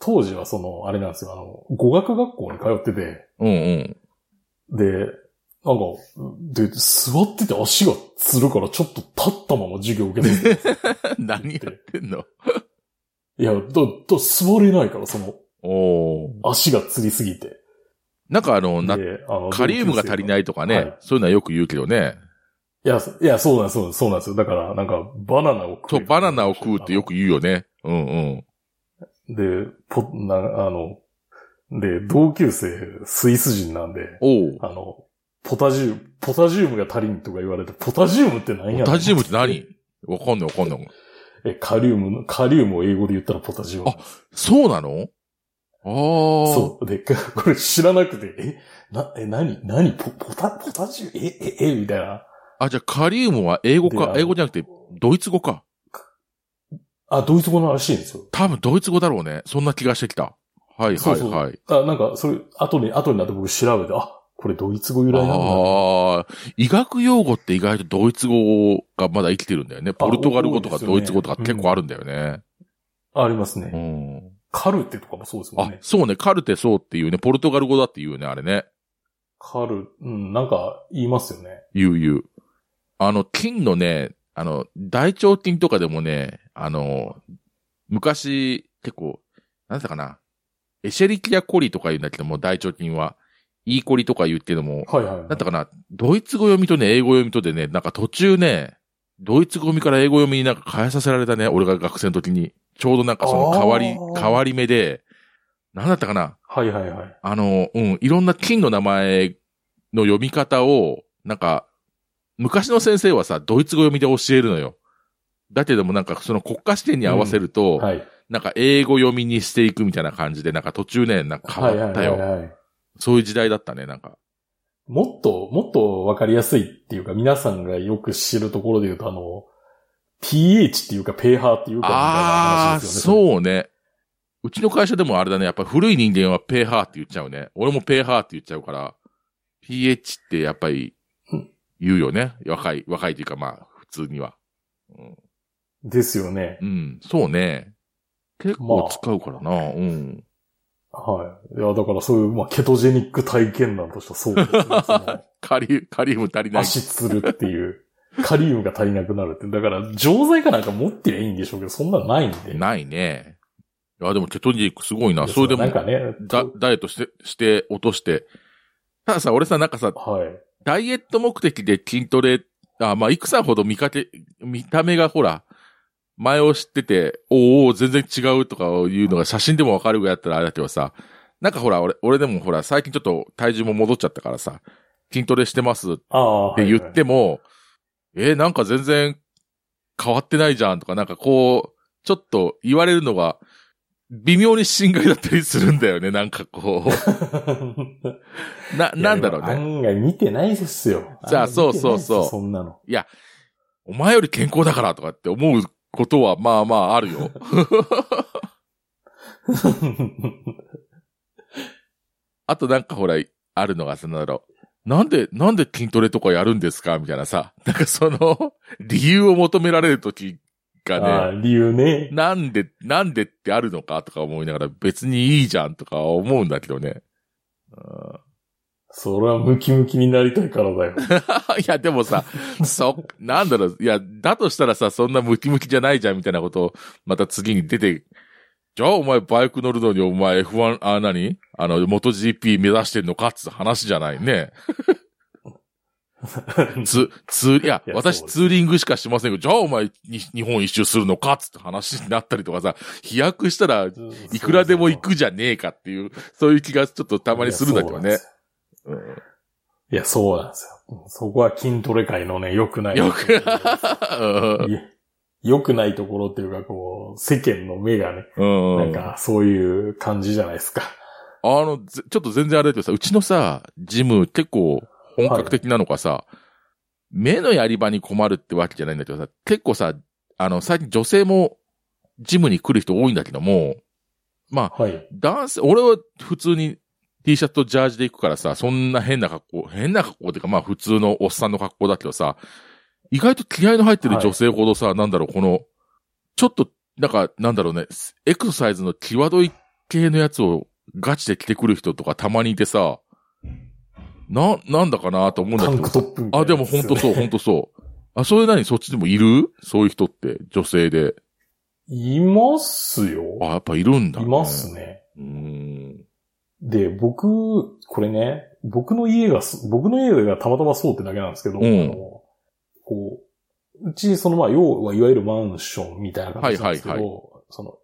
[SPEAKER 1] 当時はその、あれなんですよ、あの、語学学校に通ってて、
[SPEAKER 2] うん うん。
[SPEAKER 1] で、なんか、で、座ってて足がつるからちょっと立ったまま授業受けて る。
[SPEAKER 2] 何やってんの
[SPEAKER 1] いや、だ、だ、座れないから、その、
[SPEAKER 2] おー
[SPEAKER 1] 足がつりすぎて。
[SPEAKER 2] なんかあの、な、
[SPEAKER 1] であの
[SPEAKER 2] カリウムが足りないとかね、
[SPEAKER 1] はい
[SPEAKER 2] そういうのはよく言うけどね。
[SPEAKER 1] いや、そいや、そうなんです、そうなんですそうなんですよ。だから、なんか、バナナを食。
[SPEAKER 2] そうう、バナナを食うってよく言うよね。うんうん。
[SPEAKER 1] で、ポな、あの、で、同級生、スイス人なんで、
[SPEAKER 2] おう。
[SPEAKER 1] あの、ポタジウム、ポタジウムが足りんとか言われて、ポタジウムって何やねん
[SPEAKER 2] ポタジウムって何わかんないわかんない。
[SPEAKER 1] え、カリウムの、カリウムを英語で言ったらポタジウム。
[SPEAKER 2] あそうなのああ。
[SPEAKER 1] そう。で、 かこれ知らなくて、え、な、え、なに、なに、ポ、ポタ、ポタジュ、え、え、え、みたいな。
[SPEAKER 2] あ、じゃあカリウムは英語
[SPEAKER 1] であ
[SPEAKER 2] か、
[SPEAKER 1] の
[SPEAKER 2] 英語じゃなくて、ドイツ語か。
[SPEAKER 1] あ、ドイツ語のらしいんですよ。
[SPEAKER 2] 多分ドイツ語だろうね。そんな気がしてきた。はいはいはい。
[SPEAKER 1] そうそうあ、なんか、それ、後に、後になって僕調べて、あ、これドイツ語由来なんだ。
[SPEAKER 2] ああ、医学用語って意外とドイツ語がまだ生きてるんだよね。ポルトガル語とか
[SPEAKER 1] 多いですよね
[SPEAKER 2] ドイツ語とか結構あるんだよね。
[SPEAKER 1] あありますね。
[SPEAKER 2] うん。
[SPEAKER 1] カルテとかもそうですも
[SPEAKER 2] あ
[SPEAKER 1] んね、。
[SPEAKER 2] そうね。カルテそうっていうね。ポルトガル語だっていうね、あれね。
[SPEAKER 1] カル、うん、なんか言いますよね。
[SPEAKER 2] 言う言う。あの、金のね、あの、大腸菌とかでもね、あの、昔、結構、なんだかな。エシェリキアコリとか言うんだけども、大腸菌は。イーコリとか言うけども、
[SPEAKER 1] はいはい、はい。
[SPEAKER 2] なんだかな、ドイツ語読みとね、英語読みとでね、なんか途中ね、ドイツ語読みから英語読みになんか変えさせられたね、俺が学生の時に。ちょうどなんかその変わり、
[SPEAKER 1] あー
[SPEAKER 2] 変わり目で、なんだったかな、
[SPEAKER 1] はいはいはい。
[SPEAKER 2] あの、うん、いろんな金の名前の読み方を、なんか、昔の先生はさ、ドイツ語読みで教えるのよ。だけどもなんかその国家視点に合わせると、
[SPEAKER 1] はい。
[SPEAKER 2] なんか英語読みにしていくみたいな感じで、なんか途中ね、なんか変わったよ。
[SPEAKER 1] はいはいはいはい。
[SPEAKER 2] そういう時代だったね、なんか。
[SPEAKER 1] もっと、もっとわかりやすいっていうか、皆さんがよく知るところで言うと、あの、pH っていうか、ペーハーっていうか、みたいな
[SPEAKER 2] ああ
[SPEAKER 1] 話
[SPEAKER 2] ー、
[SPEAKER 1] ですよね。う。
[SPEAKER 2] そうね。うちの会社でもあれだね。やっぱ古い人間はペーハーって言っちゃうね。俺もペーハーって言っちゃうから、pH ってやっぱり
[SPEAKER 1] うん
[SPEAKER 2] 言うよね。若い、若いというかまあ、普通には。うん、
[SPEAKER 1] ですよね
[SPEAKER 2] う。んそうね。結構使うからな。うん。
[SPEAKER 1] はい。いや、だからそういう、まあ、ケトジェニック体験談としてはそう ですね。その
[SPEAKER 2] カリ、カリウム足りない。
[SPEAKER 1] 足つるっていう、カリウムが足りなくなるって。だから、錠剤かなんか持ってりゃいいんでしょうけど、そんなのないんで。
[SPEAKER 2] ないね。いや、でもケトジェニックすごいな。
[SPEAKER 1] いや
[SPEAKER 2] それでも
[SPEAKER 1] なん、かね、
[SPEAKER 2] だダイエットして、して、落として。たださ、俺さ、なんかさ、
[SPEAKER 1] はい。
[SPEAKER 2] ダイエット目的で筋トレ、あ、まあ、いくさんほど見かけ、見た目がほら、前を知ってて、おーおー、全然違うとかいうのが写真でもわかるぐらいだったらあれだけどさ、なんかほら、俺、俺でもほら、最近ちょっと体重も戻っちゃったからさ、筋トレしてますっ
[SPEAKER 1] ああ、
[SPEAKER 2] て言 っ
[SPEAKER 1] はい
[SPEAKER 2] ても、えーなんか全然変わってないじゃんとか、なんかこう、ちょっと言われるのが、微妙に心外だったりするんだよね、なんかこ
[SPEAKER 1] はい
[SPEAKER 2] う。な、
[SPEAKER 1] いや
[SPEAKER 2] なんだろう
[SPEAKER 1] でも
[SPEAKER 2] ね。
[SPEAKER 1] 案外見てないですよ。
[SPEAKER 2] じゃあ
[SPEAKER 1] 案外見てない
[SPEAKER 2] そうそう
[SPEAKER 1] です
[SPEAKER 2] そ
[SPEAKER 1] よ
[SPEAKER 2] う
[SPEAKER 1] そんな の。
[SPEAKER 2] お前より健康だからとかって思うことはまあまああるよ。 あとなんかほら、あるのがさ、なんだろう。なんで、なんで筋トレとかやるんですかみたいなさ。 なんかその、 理由を求められるとき
[SPEAKER 1] あ
[SPEAKER 2] が
[SPEAKER 1] あ
[SPEAKER 2] ね、
[SPEAKER 1] 理由ね。
[SPEAKER 2] なんで、なんでってあるのかとか思いながら別にいいじゃんとか思うんだけどね。
[SPEAKER 1] それはムキムキになりたいからだよ。
[SPEAKER 2] いや、でもさ、そ、なんだろう、いや、だとしたらさ、そんなムキムキじゃないじゃん、みたいなことを、また次に出て、じゃあお前バイク乗るのにお前 F1、あ、何あの、元 GP 目指してんのかっつう話じゃないね。ツ、ツ、いや、
[SPEAKER 1] いや
[SPEAKER 2] 私
[SPEAKER 1] そうです
[SPEAKER 2] ツーリングしかしてませんけど、じゃあお前に日本一周するのかっつって話になったりとかさ、飛躍したら いくらでも行くじゃねえかっていう、そういう気がちょっとたまにするんだけどね。うん
[SPEAKER 1] いや、そうなんですよ。そこは筋トレ界のね、良くない。
[SPEAKER 2] よく、うん
[SPEAKER 1] いや良くないところっていうか、こう、世間の目がね、
[SPEAKER 2] うん。
[SPEAKER 1] なんか、そういう感じじゃないですか。
[SPEAKER 2] あの、ぜちょっと全然あれだけどさ、うちのさ、ジム結構本格的なのかさ、目のやり場に困るってわけじゃないんだけどさ、結構さ、あの、最近女性もジムに来る人多いんだけども、まあ、
[SPEAKER 1] はい。
[SPEAKER 2] 男性、俺は普通に T シャツとジャージで行くからさ、そんな変な格好、変な格好っていうかまあ普通のおっさんの格好だけどさ、意外と気合の入ってる女性ほどさ、なんだろう、この、ちょっと、なんか、なんだろうね、エクササイズの際どい系のやつをガチで着てくる人とかたまにいてさ、な、なんだかなと思うんだ
[SPEAKER 1] タ
[SPEAKER 2] け
[SPEAKER 1] ン
[SPEAKER 2] ど
[SPEAKER 1] ク
[SPEAKER 2] さ
[SPEAKER 1] トップみたい
[SPEAKER 2] あ、
[SPEAKER 1] な
[SPEAKER 2] で
[SPEAKER 1] や
[SPEAKER 2] も
[SPEAKER 1] つよね
[SPEAKER 2] 本当そう、本当そう。あ、それなにそっちでもいるそういう人って、女性で。
[SPEAKER 1] いますよ。
[SPEAKER 2] あ、やっぱいるんだ、
[SPEAKER 1] います。ね。
[SPEAKER 2] うーん。
[SPEAKER 1] で、僕、これね、僕の家がそ、僕の家がたまたまそうってだけなんですけど、
[SPEAKER 2] うん
[SPEAKER 1] あのこう、うち、そのまあ、要は、いわゆるマンションみたいな感じなんですけど、
[SPEAKER 2] はいは
[SPEAKER 1] その、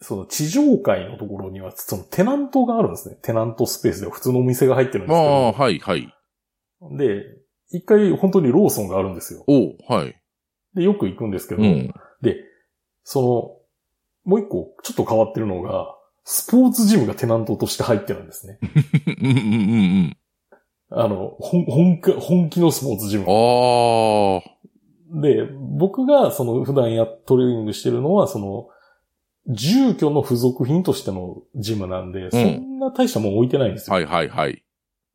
[SPEAKER 1] その地上階のところには、そのテナントがあるんですね。テナントスペースで普通のお店が入ってるんで
[SPEAKER 2] ますあ、はい、はい。
[SPEAKER 1] けど、で、一回本当にローソンがあるんですよ。
[SPEAKER 2] おうはい。
[SPEAKER 1] で、よく行くんですけど、
[SPEAKER 2] うん。
[SPEAKER 1] で、その、もう一個、ちょっと変わってるのが、スポーツジムがテナントとして入ってるんですね。
[SPEAKER 2] うんうんうん
[SPEAKER 1] あの、ほん本気、本気のスポーツジム
[SPEAKER 2] うん。ああ。
[SPEAKER 1] で、僕がその普段やトレーニングしてるのは、その、住居の付属品としてのジムなんで、そんな大したもん置いてないんですよ。
[SPEAKER 2] はいはいはい。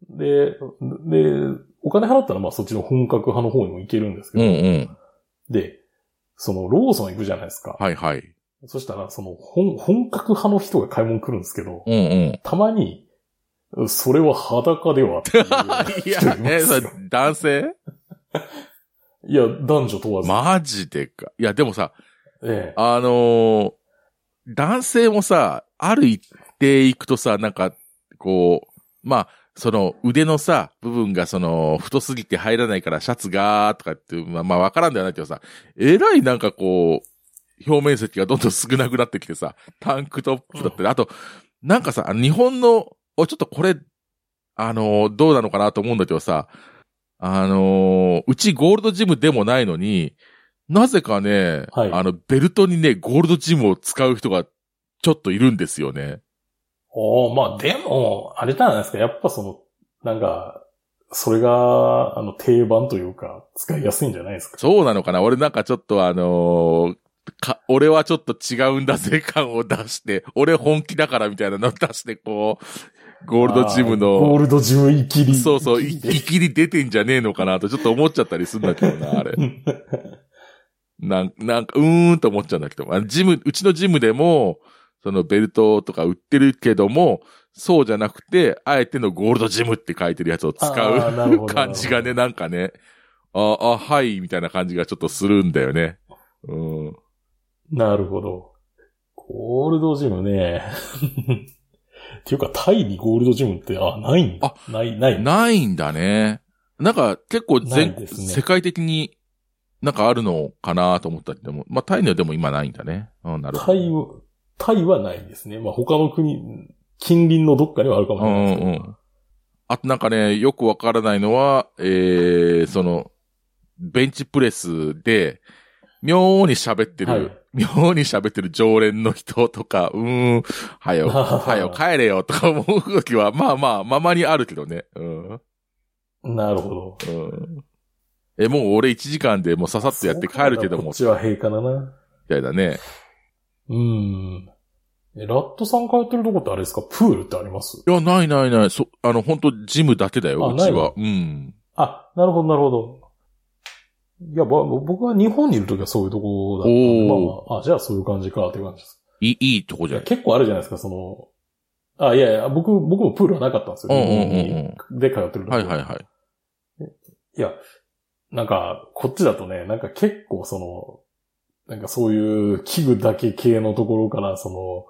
[SPEAKER 1] で、で、お金払ったらまあそっちの本格派の方にも行けるんですけ
[SPEAKER 2] うん
[SPEAKER 1] ど、
[SPEAKER 2] うん。
[SPEAKER 1] で、そのローソン行くじゃないですか。
[SPEAKER 2] はいはい。
[SPEAKER 1] そしたら、その本、本格派の人が買い物来るんですけど、
[SPEAKER 2] うんうん。
[SPEAKER 1] たまに、それは裸ではって いう
[SPEAKER 2] いや
[SPEAKER 1] 人い、ま
[SPEAKER 2] え、
[SPEAKER 1] す
[SPEAKER 2] それ男性
[SPEAKER 1] いや、男女問わず。
[SPEAKER 2] マジでか。いや、でもさ、
[SPEAKER 1] ええ、
[SPEAKER 2] あのー男性もさ、ある一定行くとさ、なんか、こう、まあ、その腕のさ、部分がその、太すぎて入らないからシャツがーとかっていう、まあ、まあ、わからんではないけどさ、えらいなんかこう、表面積がどんどん少なくなってきてさ、タンクトップだったり、あと、なんかさ、日本の、おちょっとこれ、あのーどうなのかなと思うんだけどさ、あのーうちゴールドジムでもないのに、なぜかね、
[SPEAKER 1] はい
[SPEAKER 2] あの、ベルトにね、ゴールドジムを使う人がちょっといるんですよね。
[SPEAKER 1] おーまあでも、あれじゃないですか。やっぱその、なんか、それが、あの、定番というか、使いやすいんじゃないですか。
[SPEAKER 2] そうなのかな俺なんかちょっとあのーか、俺はちょっと違うんだぜ感を出して、俺本気だからみたいなのを出して、こう、ゴールドジム
[SPEAKER 1] あーゴー
[SPEAKER 2] の、
[SPEAKER 1] ルドジムイキリ。
[SPEAKER 2] そうそ う、い
[SPEAKER 1] イキ
[SPEAKER 2] い
[SPEAKER 1] リ
[SPEAKER 2] きり出てんじゃねえのかなとちょっと思っちゃったりするんだけどな、あれ。なんなんか、うーんと思っちゃうんだけど、あのジム、うちのジムでも、そのベルトとか売ってるけども、そうじゃなくて、あえてのゴールドジムって書いてるやつを使
[SPEAKER 1] あーなるほ
[SPEAKER 2] う
[SPEAKER 1] ど
[SPEAKER 2] 感じがね、なんかね、ああ、はい、みたいな感じがちょっとするんだよね。うん。
[SPEAKER 1] なるほど。ゴールドジムね。 っていうか、タイにゴールドジムって、あ、ないんだ。ない、ない。
[SPEAKER 2] ないんだね。なんか結構全、
[SPEAKER 1] ないですね
[SPEAKER 2] 世界的になんかあるのかなと思ったけども、まあタイにはでも今ないんだね。うん、なるほ
[SPEAKER 1] タ
[SPEAKER 2] ど。
[SPEAKER 1] イ、タイはないですね。まあ、他の国、近隣のどっかにはあるかもし
[SPEAKER 2] う
[SPEAKER 1] れない
[SPEAKER 2] ん
[SPEAKER 1] ですけ
[SPEAKER 2] う
[SPEAKER 1] ど。
[SPEAKER 2] んうん。あとなんかね、よくわからないのは、えー、その、ベンチプレスで、妙に喋ってる、
[SPEAKER 1] はい
[SPEAKER 2] 妙に喋ってる常連の人とか、うーん、はよ、はよ帰れよとか思う時は、まあまあ、ままにあるけどね。うん。
[SPEAKER 1] なるほど。
[SPEAKER 2] うん。え、もう俺1時間でもうささっとやって帰るけど
[SPEAKER 1] こ
[SPEAKER 2] も、
[SPEAKER 1] っ
[SPEAKER 2] み
[SPEAKER 1] ちは平かだな。
[SPEAKER 2] たいなね。
[SPEAKER 1] うん。え、ラットさん通ってるとこってあれですかプールってあります
[SPEAKER 2] いや、ないないない。そ、あの、本当ジムだけだよ、
[SPEAKER 1] あ
[SPEAKER 2] うち
[SPEAKER 1] ない
[SPEAKER 2] は
[SPEAKER 1] の。
[SPEAKER 2] うん。
[SPEAKER 1] あ、なるほど、なるほど。いや、ば僕は日本にいるときはそういうとこだったんで、ま
[SPEAKER 2] おー
[SPEAKER 1] あまあ、あ、じゃあそういう感じか、っていう感じです。
[SPEAKER 2] いい、いいとこ
[SPEAKER 1] い
[SPEAKER 2] じゃ
[SPEAKER 1] や
[SPEAKER 2] ん。
[SPEAKER 1] 結構あるじゃないですか、その、あ、いやいや、僕、僕もプールはなかったんですよ。
[SPEAKER 2] うん
[SPEAKER 1] 日本
[SPEAKER 2] うんうん
[SPEAKER 1] にで通ってるとこ
[SPEAKER 2] はいはいはい。
[SPEAKER 1] いや、なんか、こっちだとね、なんか結構その、なんかそういう器具だけ系のところから、その、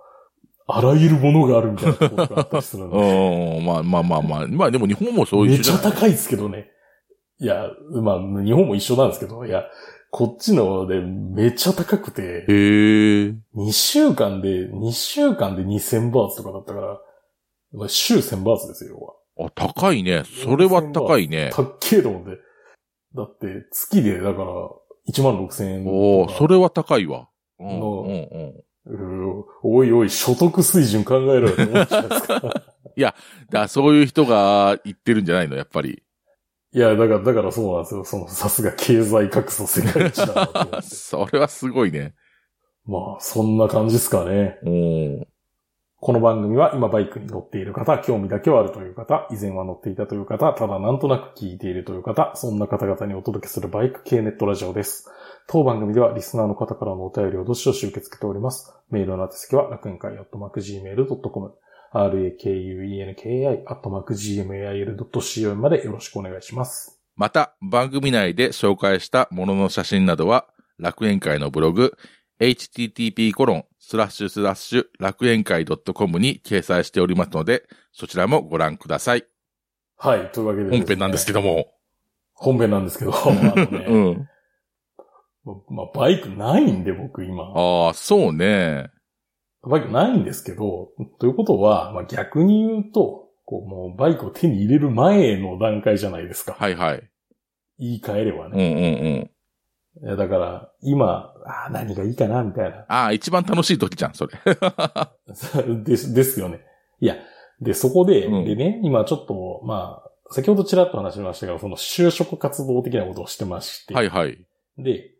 [SPEAKER 1] あらゆるものがあるみたいなところがあったりす るんで、
[SPEAKER 2] うん、まあまあまあまあ。まあでも日本もそう
[SPEAKER 1] め
[SPEAKER 2] い
[SPEAKER 1] っ
[SPEAKER 2] う
[SPEAKER 1] ち
[SPEAKER 2] じゃ
[SPEAKER 1] ゃ
[SPEAKER 2] ない。
[SPEAKER 1] 高いですけどね。いや、まあ、日本も一緒なんですけど、いや、こっちのでめっちゃ高くて、
[SPEAKER 2] へえ。
[SPEAKER 1] 2週間で、2週間で2000バーツとかだったから、まあ、週1000バーツですよ、要は。
[SPEAKER 2] あ、高いね。それは高いね。
[SPEAKER 1] たっけえと思って。だって、月で、だから、1万6千円とか。
[SPEAKER 2] おおそれは高いわ。うん、うん
[SPEAKER 1] の、
[SPEAKER 2] うん。
[SPEAKER 1] うーおいおい、所得水準考えろよって思っちゃうんですか。
[SPEAKER 2] だからそういう人が言ってるんじゃないのやっぱり。
[SPEAKER 1] いや、だから、だからそうなんですよ。その、さすが経済格差世界一だなって思って
[SPEAKER 2] それはすごいね。
[SPEAKER 1] まあ、そんな感じですかね。
[SPEAKER 2] うん。
[SPEAKER 1] この番組は今バイクに乗っている方、興味だけはあるという方、以前は乗っていたという方、ただなんとなく聞いているという方、そんな方々にお届けするバイク系ネットラジオです。当番組ではリスナーの方からのお便りをどしどし受け付けております。メールの宛先は楽園会 .macgmail.com、rakuenki .macgmail.com までよろしくお願いします。
[SPEAKER 2] また、番組内で紹介したものの写真などは、楽園会のブログ、http コロンスラッシュスラッシュ楽園会 .com に掲載しておりますので、そちらもご覧ください。
[SPEAKER 1] はい、というわけで
[SPEAKER 2] 本編なんですけ
[SPEAKER 1] ど。
[SPEAKER 2] ども。
[SPEAKER 1] 本編なんです けど、あのね
[SPEAKER 2] うん。
[SPEAKER 1] まあ、バイクないんで僕今。
[SPEAKER 2] ああ、そうね。
[SPEAKER 1] バイクないんですけど、ということは、まあ、逆に言うと、こう、もうバイクを手に入れる前の段階じゃないですか。
[SPEAKER 2] はいはい。
[SPEAKER 1] 言い換えれば
[SPEAKER 2] うんうん
[SPEAKER 1] ね。
[SPEAKER 2] うん。
[SPEAKER 1] いやだから、今、あー何がいいかな、みたいな。
[SPEAKER 2] ああ、一番楽しい時じゃん、それ。
[SPEAKER 1] です、ですよね。いや、で、そこで、
[SPEAKER 2] うん
[SPEAKER 1] でね、今ちょっと、まあ、先ほどちらっと話しましたが、その就職活動的なことをしてまして、
[SPEAKER 2] はいはい。
[SPEAKER 1] で、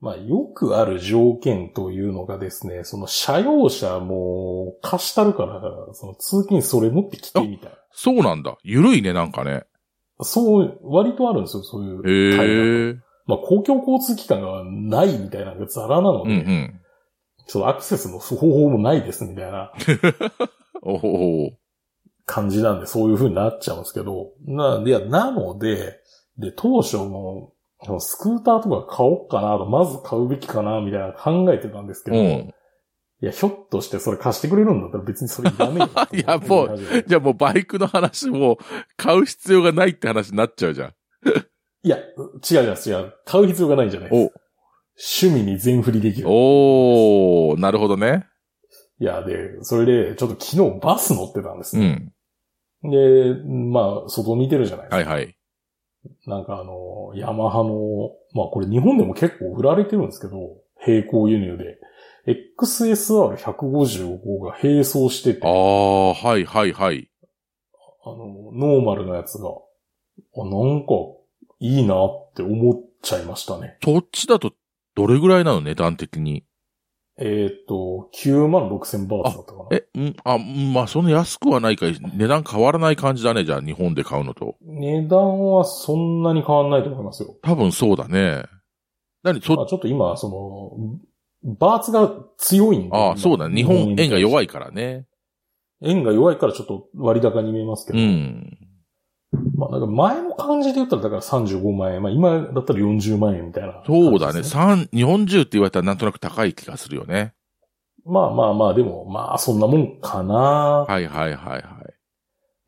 [SPEAKER 1] まあ、よくある条件というのがですね、その車用車も貸したるから、その通勤それ持ってきてみたい
[SPEAKER 2] そうなんだ。ゆるいね、なんかね。
[SPEAKER 1] な。そう、割とあるんですよ、そういう
[SPEAKER 2] へえ。
[SPEAKER 1] タイプ。
[SPEAKER 2] うん
[SPEAKER 1] まあ、公共交通機関がないみたいなのがザラなの
[SPEAKER 2] う
[SPEAKER 1] で、
[SPEAKER 2] ん。
[SPEAKER 1] そのアクセスの方法もないですみたいな
[SPEAKER 2] おほほ。
[SPEAKER 1] 感じなんで、そういう風になっちゃうんですけど、な、いや、なので、で、当初の、そのスクーターとか買おうかなと、まず買うべきかな、みたいな考えてたんですけど、
[SPEAKER 2] う
[SPEAKER 1] い
[SPEAKER 2] ん。
[SPEAKER 1] や、ひょっとしてそれ貸してくれるんだったら別にそれいらねえよと思って
[SPEAKER 2] いやもうじゃあもうバイクの話も買う必要がないって話になっちゃうじゃん。
[SPEAKER 1] いや、違うじゃん、違う。買う必要がないんじゃないです。趣味に全振りできる。
[SPEAKER 2] おー、なるほどね。
[SPEAKER 1] いや、で、それで、ちょっと昨日バス乗ってたんです
[SPEAKER 2] う
[SPEAKER 1] ね。
[SPEAKER 2] ん。
[SPEAKER 1] で、まあ、外見てるじゃないですか。
[SPEAKER 2] はいはい。
[SPEAKER 1] なんかあの、ヤマハの、まあこれ日本でも結構売られてるんですけど、並行輸入で。XSR155 が並走してて、
[SPEAKER 2] あ
[SPEAKER 1] あ
[SPEAKER 2] ー、はいはいはい。
[SPEAKER 1] の、ノーマルのやつが、あ、なんか、いいなって思っちゃいましたね。
[SPEAKER 2] そっちだとどれぐらいなの値段的に。
[SPEAKER 1] えっ、と、9万6千バーツだったかな。
[SPEAKER 2] え、うん、あ、うんまあその安くはないか、値段変わらない感じだね、じゃあ日本で買うのと。
[SPEAKER 1] 値段はそんなに変わんないと思いますよ。
[SPEAKER 2] 多分そうだね。何、そ
[SPEAKER 1] まあ、ちょっと今、その、バーツが強いんで。
[SPEAKER 2] ああ、そうだ、日本円が弱
[SPEAKER 1] い。
[SPEAKER 2] いからね。
[SPEAKER 1] 円が弱いからちょっと割高に見えますけ
[SPEAKER 2] う
[SPEAKER 1] ど。
[SPEAKER 2] ん。
[SPEAKER 1] まあ、だから前の感じで言ったら、だから35万円。まあ、今だったら40万円みたいな、
[SPEAKER 2] そうだね。
[SPEAKER 1] さ
[SPEAKER 2] 三日本中って言われたらなんとなく高い気がするよね。
[SPEAKER 1] まあまあまあ、でも、まあ、そんなもんかな。
[SPEAKER 2] はいはいはいはい。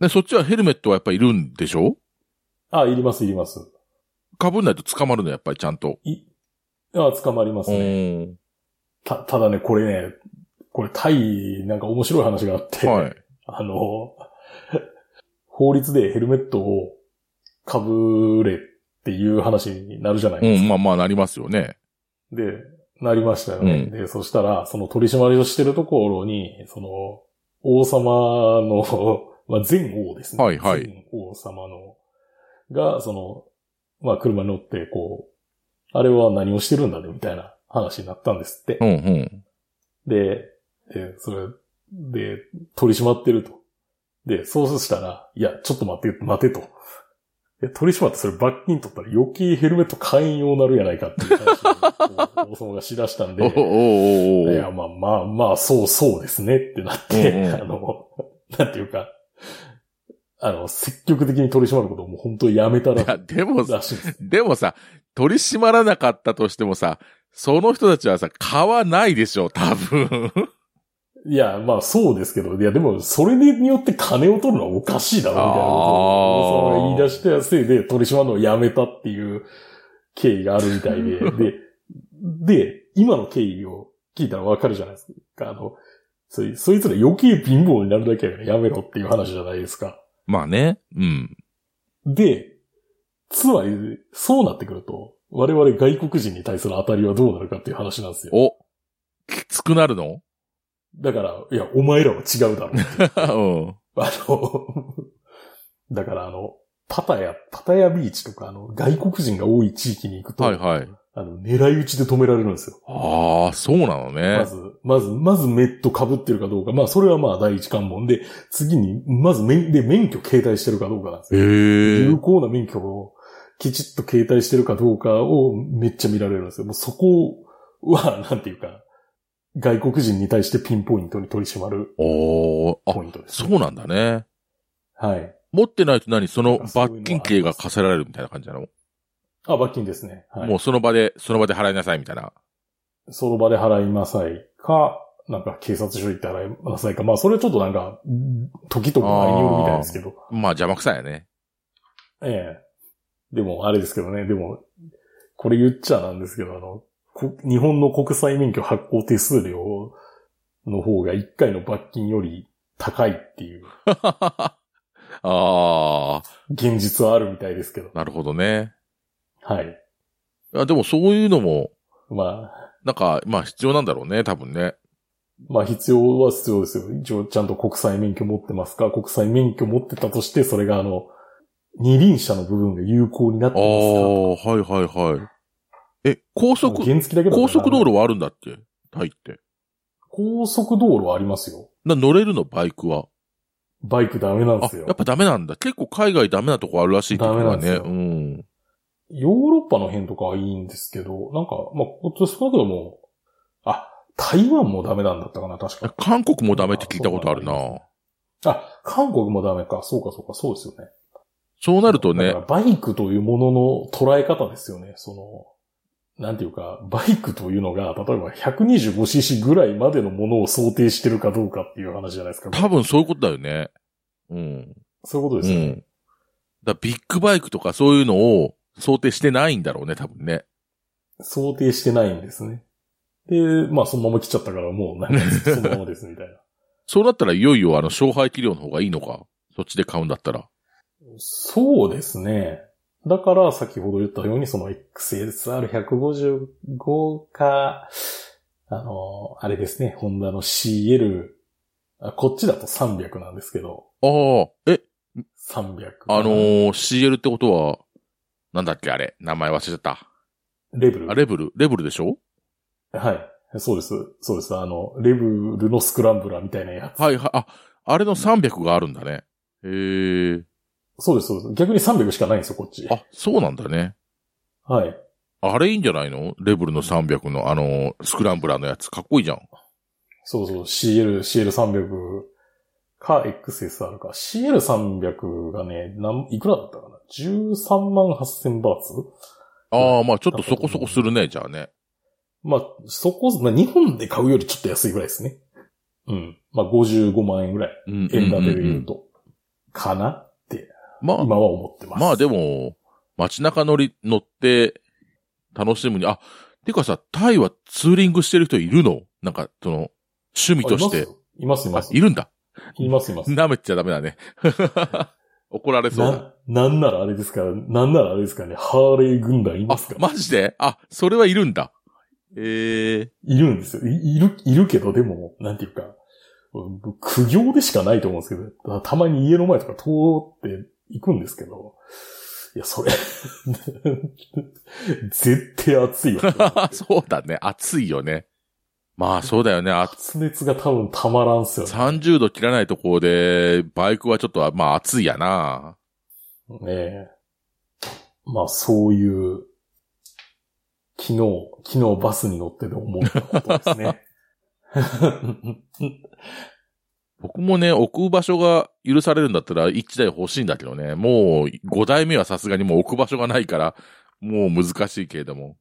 [SPEAKER 2] で、そっちはヘルメットはやっぱいるんでしょ
[SPEAKER 1] あ、いります、いります。
[SPEAKER 2] 被んないと捕まるの、やっぱりちゃんと。
[SPEAKER 1] あ、捕まります
[SPEAKER 2] う
[SPEAKER 1] ね。
[SPEAKER 2] ん。
[SPEAKER 1] た、ただね、これね、これ、タイ、なんか面白い話があって、
[SPEAKER 2] はい。
[SPEAKER 1] あの、法律でヘルメットを被れっていう話になるじゃないですか
[SPEAKER 2] うん、まあまあなりますよね。
[SPEAKER 1] で、なりましたよね。
[SPEAKER 2] うん
[SPEAKER 1] で、そしたら、その取り締まりをしてるところに、その、王様の、 まあ、前王ですね。
[SPEAKER 2] はいはい
[SPEAKER 1] 前王様の、が、その、まあ、車に乗って、こう、あれは何をしてるんだね、みたいな話になったんですって
[SPEAKER 2] う。ん、うん。
[SPEAKER 1] で、えそれ、で、取り締まってると。で、そうしたら、いや、ちょっと待って、待てと。いや取り締まってそれ罰金取ったら余計ヘルメット会員用になるやないかっていう話を王様がしだしたん
[SPEAKER 2] おお
[SPEAKER 1] で、い
[SPEAKER 2] おお
[SPEAKER 1] や、まあまあまあ、そうそうですねってなって、
[SPEAKER 2] うんうん
[SPEAKER 1] あの、なんていうか、あの、積極的に取り締まることをもう本当にやめた
[SPEAKER 2] いや、
[SPEAKER 1] ら、
[SPEAKER 2] でもさ、
[SPEAKER 1] らしいです。
[SPEAKER 2] でもさ、取り締まらなかったとしてもさ、その人たちはさ、買わないでしょ、多分。
[SPEAKER 1] いや、まあそうですけど、いやでも、それによって金を取るのはおかしいだろ、みたいなことを、
[SPEAKER 2] あー
[SPEAKER 1] 王様が言い出したせいで取り締まるのをやめたっていう経緯があるみたいで、 で、で、今の経緯を聞いたらわかるじゃないですか。あの、そいそいつら余計貧乏になるだけやからやめろっていう話じゃないですか。
[SPEAKER 2] まあね。うん。
[SPEAKER 1] で、つまり、そうなってくると、我々外国人に対する当たりはどうなるかっていう話なんですよ。
[SPEAKER 2] お、きつくなるの
[SPEAKER 1] だから、いや、お前らは違うだろう。
[SPEAKER 2] うん。
[SPEAKER 1] あの、 だからあの、パタヤ、パタヤビーチとか、あの、外国人が多い地域に行くと、
[SPEAKER 2] はいはい。
[SPEAKER 1] あの、狙い撃ちで止められるんですよ。
[SPEAKER 2] ああ、そうなの
[SPEAKER 1] ま
[SPEAKER 2] ね。
[SPEAKER 1] ず、まず、まずメット被ってるかどうか。まあ、それはまあ、第一関門で、次に、まず免、で、免許携帯してるかどうかなんですよ。
[SPEAKER 2] へえ
[SPEAKER 1] 有。効な免許を、きちっと携帯してるかどうかをめっちゃ見られるんですよ。もうそこは、 なんていうか、外国人に対してピンポイントに取り締まる
[SPEAKER 2] おー、あ、
[SPEAKER 1] ポイントです。
[SPEAKER 2] そうなんだね。
[SPEAKER 1] はい。
[SPEAKER 2] 持ってないと何その
[SPEAKER 1] そういうのは
[SPEAKER 2] 罰金刑が課せられるみたいな感じなの
[SPEAKER 1] あ、罰金ですね。はい。
[SPEAKER 2] もうその場で、その場で払いなさいみたいな。
[SPEAKER 1] その場で払いなさいか、なんか警察署行って払いなさいか。まあそれちょっとなんか、時と場合によるみたいですけど。
[SPEAKER 2] まあ邪魔くさいよね。
[SPEAKER 1] ええ。でもあれですけどね、でも、これ言っちゃなんですけど、あの、こ日本の国際免許発行手数料の方が1回の罰金より高いっていう
[SPEAKER 2] ああ
[SPEAKER 1] 現実はあるみたいですけど。
[SPEAKER 2] ー、なるほどね。
[SPEAKER 1] はい。
[SPEAKER 2] あでもそういうのも、
[SPEAKER 1] まあ、
[SPEAKER 2] なんか、まあ必要なんだろうね、多分ね。
[SPEAKER 1] まあ必要は必要ですよ。一応ちゃんと国際免許持ってますか国際免許持ってたとして、それがあの、二輪車の部分が有効になって
[SPEAKER 2] ああ、
[SPEAKER 1] ますか
[SPEAKER 2] はいはいはい。え、高速、
[SPEAKER 1] 原付だけだから
[SPEAKER 2] 高速道路はあるんだっけタイって。
[SPEAKER 1] 高速道路ありますよ。
[SPEAKER 2] な、乗れるのバイクは。
[SPEAKER 1] バイクダメなんで
[SPEAKER 2] あ
[SPEAKER 1] す、よ
[SPEAKER 2] やっ。ぱダメなんだ。結構海外ダメなとこあるらしいけどね。
[SPEAKER 1] ダメなんですよ
[SPEAKER 2] うん。
[SPEAKER 1] ヨーロッパの辺とかはいいんですけど、なんか、まあ、こっち少なくとも、あ、台湾もダメなんだったかな、確か。
[SPEAKER 2] 韓国もダメって聞いたことあるな。
[SPEAKER 1] あ、韓国もダメか。そうか、そうか、そうですよね。
[SPEAKER 2] そうなると
[SPEAKER 1] だ
[SPEAKER 2] ね
[SPEAKER 1] か、らバイクというものの捉え方ですよね。その、なんていうか、バイクというのが、例えば 125cc ぐらいまでのものを想定してるかどうかっていう話じゃないですか。
[SPEAKER 2] 多分そういうことだよね。うん。
[SPEAKER 1] そういうこと
[SPEAKER 2] う
[SPEAKER 1] ですよね。
[SPEAKER 2] ん。だビッグバイクとかそういうのを想定してないんだろうね、多分ね。
[SPEAKER 1] 想定してないんですね。で、まあそのまま来ちゃったからもうなんか そのままですみたいな。
[SPEAKER 2] そうなったらいよいよあの、勝敗器量の方がいいのか。そっちで買うんだったら。
[SPEAKER 1] そうですね。だから先ほど言ったようにその XSR155 か、あの、あれですね、ホンダの CL、あこっちだと300なんですけど、
[SPEAKER 2] ああ、え、
[SPEAKER 1] 300。
[SPEAKER 2] あのー CL ってことは、なんだっけあれ。名前忘れちゃった。
[SPEAKER 1] レブル。
[SPEAKER 2] あ、レブル、レブルでしょ
[SPEAKER 1] はい。そうです。そうです。あの、レブルのスクランブラーみたいなやつ。
[SPEAKER 2] はいはい、あ、あれの300があるんだね。へえ。
[SPEAKER 1] そうです、そうです。逆に300しかないんですよ、こっち。
[SPEAKER 2] あ、そうなんだね。
[SPEAKER 1] はい。
[SPEAKER 2] あれいいんじゃないのレブルの300のあのー、スクランブラーのやつ。かっこいいじゃん。
[SPEAKER 1] そうそう、CL、CL300 か XSR か。CL300 がね、なんいくらだったかな ?13 万8000バーツ
[SPEAKER 2] ああ、まあちょっとそこそこするね、じゃあね。
[SPEAKER 1] まあ、そこ、まあ、日本で買うよりちょっと安いぐらいですね。うん。まあ、55万円ぐらい。
[SPEAKER 2] うんうんうんうん
[SPEAKER 1] 円建てで言うと。かなって、
[SPEAKER 2] まあ、
[SPEAKER 1] 今は思ってます。
[SPEAKER 2] まあでも、街中乗り、乗って、楽しむに、あ、てかさ、タイはツーリングしてる人いるのなんか、その、趣味
[SPEAKER 1] あ、
[SPEAKER 2] として。
[SPEAKER 1] います、いま
[SPEAKER 2] あ
[SPEAKER 1] す、
[SPEAKER 2] いるんだ。
[SPEAKER 1] います、います。
[SPEAKER 2] 舐めちゃダメだね。 怒られそう。
[SPEAKER 1] な、なんならあれですから、なんならあれですかね、ハーレー軍団いま
[SPEAKER 2] あ
[SPEAKER 1] すか、ら、
[SPEAKER 2] マジであ、それはいるんだ。ええ
[SPEAKER 1] いるんですよ。いいる、いるけど、でも、なんていうか、うん苦行でしかないと思うんですけど、たまに家の前とか通って行くんですけど、いや、それ、絶対暑いよ。
[SPEAKER 2] そうだね。暑いよね。まあそうだよね。あ
[SPEAKER 1] 発熱が多分たまらんすよね。
[SPEAKER 2] 30度切らないところで、バイクはちょっと、まあ暑いやな。
[SPEAKER 1] ねえまあ、そういう、昨日、昨日バスに乗ってて思ったことです ね。
[SPEAKER 2] 僕もね、置く場所が許されるんだったら1台欲しいんだけどね。もう5台目はさすがにもう置く場所がないから、もう難しいけれども。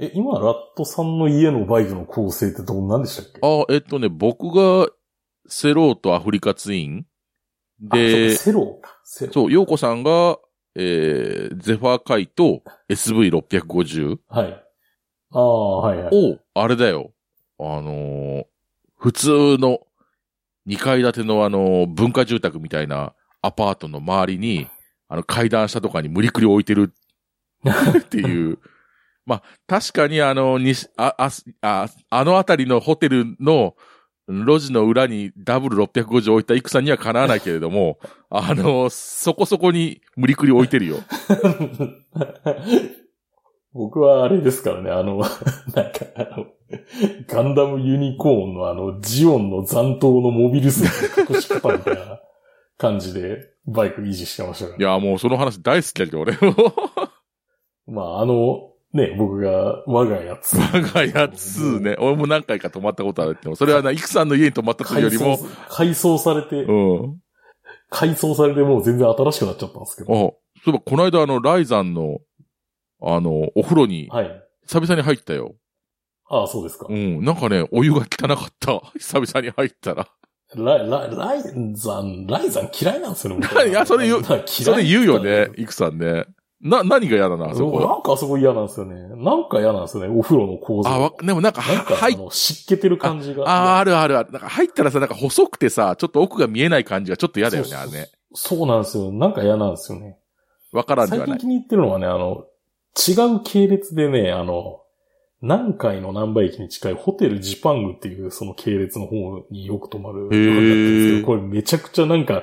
[SPEAKER 1] え、今、ラットさんの家のバイクの構成ってどんなんでしたっけ
[SPEAKER 2] あ、えっとね、僕がセローとアフリカツイン。
[SPEAKER 1] あそ
[SPEAKER 2] で、
[SPEAKER 1] うかセローか。セロー。
[SPEAKER 2] そう、ヨーコさんが、えー、ゼファーカイと SV650。
[SPEAKER 1] はい。ああ、はいはい。
[SPEAKER 2] を、あれだよ。あのー普通の2階建てのあのー文化住宅みたいなアパートの周りに、あの階段下とかに無理くり置いてるっていう。まあ、確かにあの、にあ、あす、あ、あのあたりのホテルの路地の裏にダブル650置いた戦にはかなわないけれども、あのーそこそこに無理くり置いてるよ。
[SPEAKER 1] 僕はあれですからね、あの、 なんか、あの、ガンダムユニコーンのあの、ジオンの残党のモビルスーツの隠し方みたいな感じで、バイク維持してましたから
[SPEAKER 2] いや、もうその話大好きだけど、俺も。
[SPEAKER 1] まあ、あの、ね、僕が我がやつ。
[SPEAKER 2] 我が家2。ね。俺も何回か泊まったことあるけど、それはな、イクさんの家に泊まった時
[SPEAKER 1] 改
[SPEAKER 2] より
[SPEAKER 1] 装
[SPEAKER 2] も、、
[SPEAKER 1] 改装されて、
[SPEAKER 2] うん。
[SPEAKER 1] 改装されてもう全然新しくなっちゃったんですけ
[SPEAKER 2] あ、
[SPEAKER 1] ど。
[SPEAKER 2] そういえばこの間あの、ライザンの、あの、お風呂に、
[SPEAKER 1] はい。
[SPEAKER 2] 久々に入ったよ。
[SPEAKER 1] ああ、そうですか
[SPEAKER 2] う。ん。なんかね、お湯が汚かった。 久々に入ったら。
[SPEAKER 1] ライ、ライ、ライザン、ライザン嫌いなんですよね。僕
[SPEAKER 2] いやそれ言
[SPEAKER 1] な
[SPEAKER 2] う
[SPEAKER 1] んか嫌い
[SPEAKER 2] それ言うよね、イクさんね。な、何が嫌だな、あそこ。
[SPEAKER 1] なんかあそこ嫌なんですよね。なんか嫌なんですよね、お風呂の構造。
[SPEAKER 2] あ、わ、でもなんか、
[SPEAKER 1] なんか、
[SPEAKER 2] は
[SPEAKER 1] あ
[SPEAKER 2] 入っ
[SPEAKER 1] の、湿気てる感じが。
[SPEAKER 2] あー、あるあるある。なんか入ったらさ、なんか細くてさ、ちょっと奥が見えない感じがちょっと嫌だよね、
[SPEAKER 1] そう
[SPEAKER 2] あ
[SPEAKER 1] そう
[SPEAKER 2] れね。
[SPEAKER 1] そうなんですよ。なんか嫌なんですよね。
[SPEAKER 2] わからんで
[SPEAKER 1] 最
[SPEAKER 2] はな
[SPEAKER 1] 近
[SPEAKER 2] い。
[SPEAKER 1] 気に入ってるのはね、あの、違う系列でね、あの、南海の南波駅に近いホテルジパングっていうその系列の方によく泊まる。
[SPEAKER 2] へー
[SPEAKER 1] これめちゃくちゃなんか、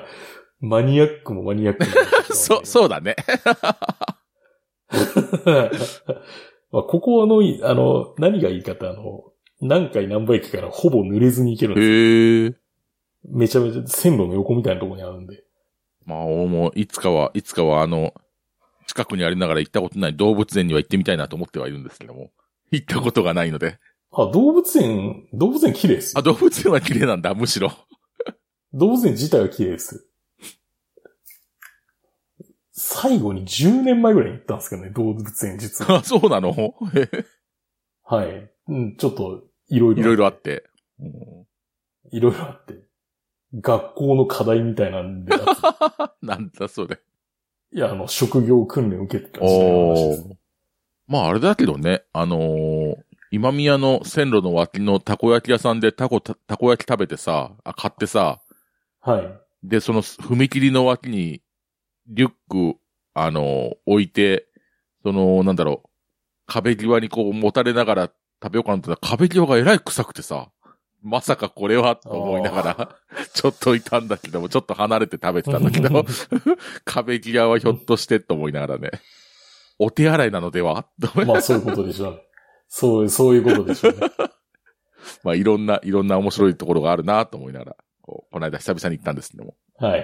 [SPEAKER 1] マニアックも マニアックも、
[SPEAKER 2] そ、そうだね。
[SPEAKER 1] う。 まあ、ここのい、あの、何がいいかって、あの、何回何倍駅からほぼ濡れずに行けるんですよ。
[SPEAKER 2] へえ。
[SPEAKER 1] めちゃめちゃ線路の横みたいなところにあるんで。
[SPEAKER 2] まあ、俺も、いつかは、いつかは、あの、近くにありながら行ったことない動物園には行ってみたいなと思ってはいるんですけども。行ったことがないので。
[SPEAKER 1] あ、動物園、動物園綺麗ですよ
[SPEAKER 2] あ、。動物園は綺麗なんだ、むしろ。
[SPEAKER 1] 動物園自体は綺麗です。最後に10年前ぐらいに行ったんですけどね、動物園 実は。
[SPEAKER 2] あ、そうなのへへ
[SPEAKER 1] はい。うん、ちょっと、いろいろ。
[SPEAKER 2] いろいろあって。うん
[SPEAKER 1] いろいろあって。学校の課題みたいなんで、
[SPEAKER 2] なんだ、それ。
[SPEAKER 1] いや、あの、職業訓練受けてた時代の話
[SPEAKER 2] お
[SPEAKER 1] です
[SPEAKER 2] ー。まあ、あれだけどね、あのー今宮の線路の脇のたこ焼き屋さんでたこ、たたこ焼き食べてさ、あ、買ってさ、
[SPEAKER 1] はい。
[SPEAKER 2] で、その踏切の脇に、リュック、あのー置いて、その、なんだろう、壁際にこう、もたれながら食べようかなと思ったら、壁際がえらい臭くてさ、まさかこれはと思いながら、 ちょっといたんだけども、ちょっと離れて食べてたんだけど、 壁際はひょっとしてと思いながらね、お手洗いなのではと思い
[SPEAKER 1] まあ、そういうことでしょうね。そう、そういうことでしょうね。
[SPEAKER 2] まあ、いろんな、いろんな面白いところがあるなと思いながら、こう、この間久々に行ったんですけども。
[SPEAKER 1] はい。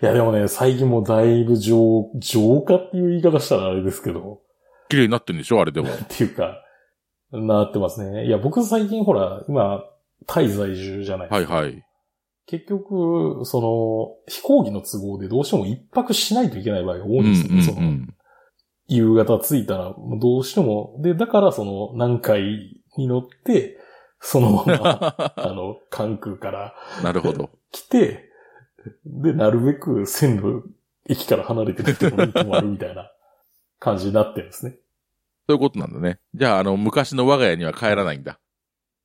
[SPEAKER 1] いや、でもね、最近もだいぶ浄、浄化っていう言い方したらあれですけど、
[SPEAKER 2] 綺麗になってるんでしょあれで も。
[SPEAKER 1] っていうか、なってますね。いや、僕最近ほら、今、タイ在住じゃないで
[SPEAKER 2] は
[SPEAKER 1] す
[SPEAKER 2] い
[SPEAKER 1] か。
[SPEAKER 2] はい。
[SPEAKER 1] 結局、その、飛行機の都合でどうしても一泊しないといけない場合が多い
[SPEAKER 2] うん
[SPEAKER 1] んですよ。その
[SPEAKER 2] うんうん。
[SPEAKER 1] 夕方着いたら、もうどうしても、で、だからその、南海に乗って、そのま ま、あの、関空から
[SPEAKER 2] なるほど。
[SPEAKER 1] 来て、で、なるべく線路、駅から離れてるところに泊まるみた いな感じになってるんですね。
[SPEAKER 2] そういうことなんだね。じゃあ、あの、昔の我が家には帰らないんだ。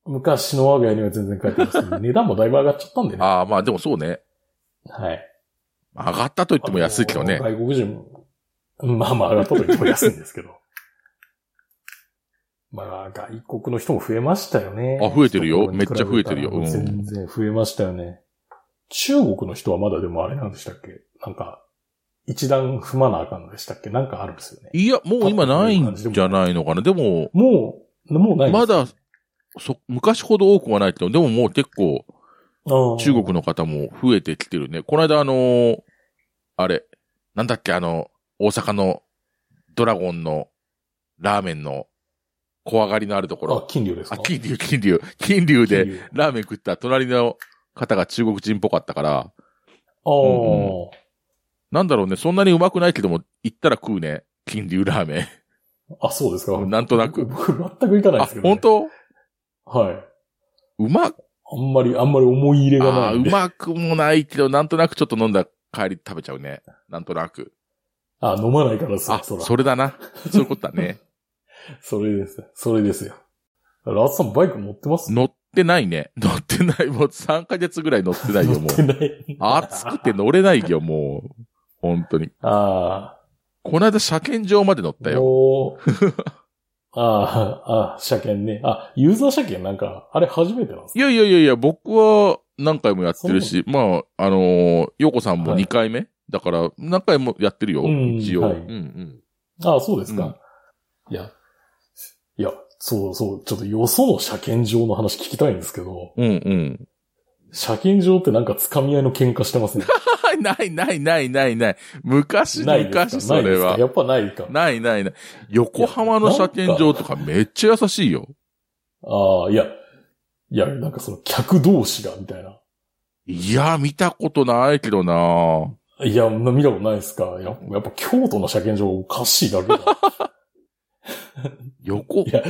[SPEAKER 1] 昔の我が家には全然帰ってますけ ど、値段もだいぶ上がっちゃったんでね。
[SPEAKER 2] ああ、まあでもそうね。
[SPEAKER 1] はい。
[SPEAKER 2] 上がったと言っても安いけどね
[SPEAKER 1] あ。の外国人も、まあまあ上がったと言っても安いんですけど。 まあ、外国の人も増えましたよね。
[SPEAKER 2] あ増えてるよ
[SPEAKER 1] 人口に比べたら
[SPEAKER 2] めっちゃ増えてるようん
[SPEAKER 1] 全然増えましたよね。中国の人はまだでもあれなんでしたっけなんか、一段踏まなあかんのでしたっけなんかあるんですよね。
[SPEAKER 2] いや、もう今ないんじゃないのかな。でも、
[SPEAKER 1] もう、もうないんです
[SPEAKER 2] まだ、そ、昔ほど多くはないけど、でももう結構、中国の方も増えてきてるね。この間あのーあれ、なんだっけ、あの、大阪のドラゴンのラーメンの小上がりのあるとこ
[SPEAKER 1] あー、あ
[SPEAKER 2] ろ。
[SPEAKER 1] 金龍ですか
[SPEAKER 2] あ、金龍、金龍、金龍
[SPEAKER 1] 龍
[SPEAKER 2] でラーメン食ったら隣の方が中国人っぽかったから、
[SPEAKER 1] ああ、
[SPEAKER 2] うんなんだろうね、そんなにうまくないけども、行ったら食うね。金龍ラーメン。
[SPEAKER 1] あ、そうですか。
[SPEAKER 2] なんとなく
[SPEAKER 1] 僕、僕全く行かない
[SPEAKER 2] あ、
[SPEAKER 1] ですけど、ね。
[SPEAKER 2] 本当
[SPEAKER 1] 当はい。
[SPEAKER 2] うま、
[SPEAKER 1] あんまり、あんまり思い入れがな
[SPEAKER 2] あー
[SPEAKER 1] いん
[SPEAKER 2] う
[SPEAKER 1] で。
[SPEAKER 2] まくもないけど、なんとなくちょっと飲んだ帰り食べちゃうね。なんとなく。
[SPEAKER 1] あ飲まないからですよ
[SPEAKER 2] あ、
[SPEAKER 1] そら。
[SPEAKER 2] それだな。そういうことだね。
[SPEAKER 1] それです。それですよ。ラッツさんバイク乗ってます
[SPEAKER 2] 乗ってないね。乗ってない。もう3ヶ月ぐらい乗ってないよ、も
[SPEAKER 1] 乗って
[SPEAKER 2] う。
[SPEAKER 1] ない。
[SPEAKER 2] 暑くて乗れないよ、もう。本当に。
[SPEAKER 1] あ
[SPEAKER 2] この間車検場まで乗った
[SPEAKER 1] あ。
[SPEAKER 2] よ。
[SPEAKER 1] もう、ああ、あ車検ね。あ、ユーザー車検なんか、あれ初めてなんです
[SPEAKER 2] いやいやいやいや、僕は何回もやってるし、まあ、あのー、ヨコさんも
[SPEAKER 1] はい
[SPEAKER 2] 2回目、だから、何回もやってるよ、
[SPEAKER 1] うん
[SPEAKER 2] 一応。
[SPEAKER 1] はい
[SPEAKER 2] うんうん。
[SPEAKER 1] かああ、そうですか、いや、いや、そうそう、ちょっとよその車検場の話聞きたいんですけど、
[SPEAKER 2] うんうん。
[SPEAKER 1] 車検場ってなんか掴み合いの喧嘩してますね。
[SPEAKER 2] ないないないないない。昔
[SPEAKER 1] ないですか
[SPEAKER 2] 昔それ
[SPEAKER 1] ないですか
[SPEAKER 2] は
[SPEAKER 1] や。っぱないか。
[SPEAKER 2] ないないない。横浜の車検場とかめっちゃ優しいよ。
[SPEAKER 1] ああ、いや、いや、なんかその客同士が、みたいな。
[SPEAKER 2] いや、見たことないけどない
[SPEAKER 1] や、な見たことないですか。やっぱやっぱ京都の車検場おかしいだけだ。
[SPEAKER 2] 横
[SPEAKER 1] い、や、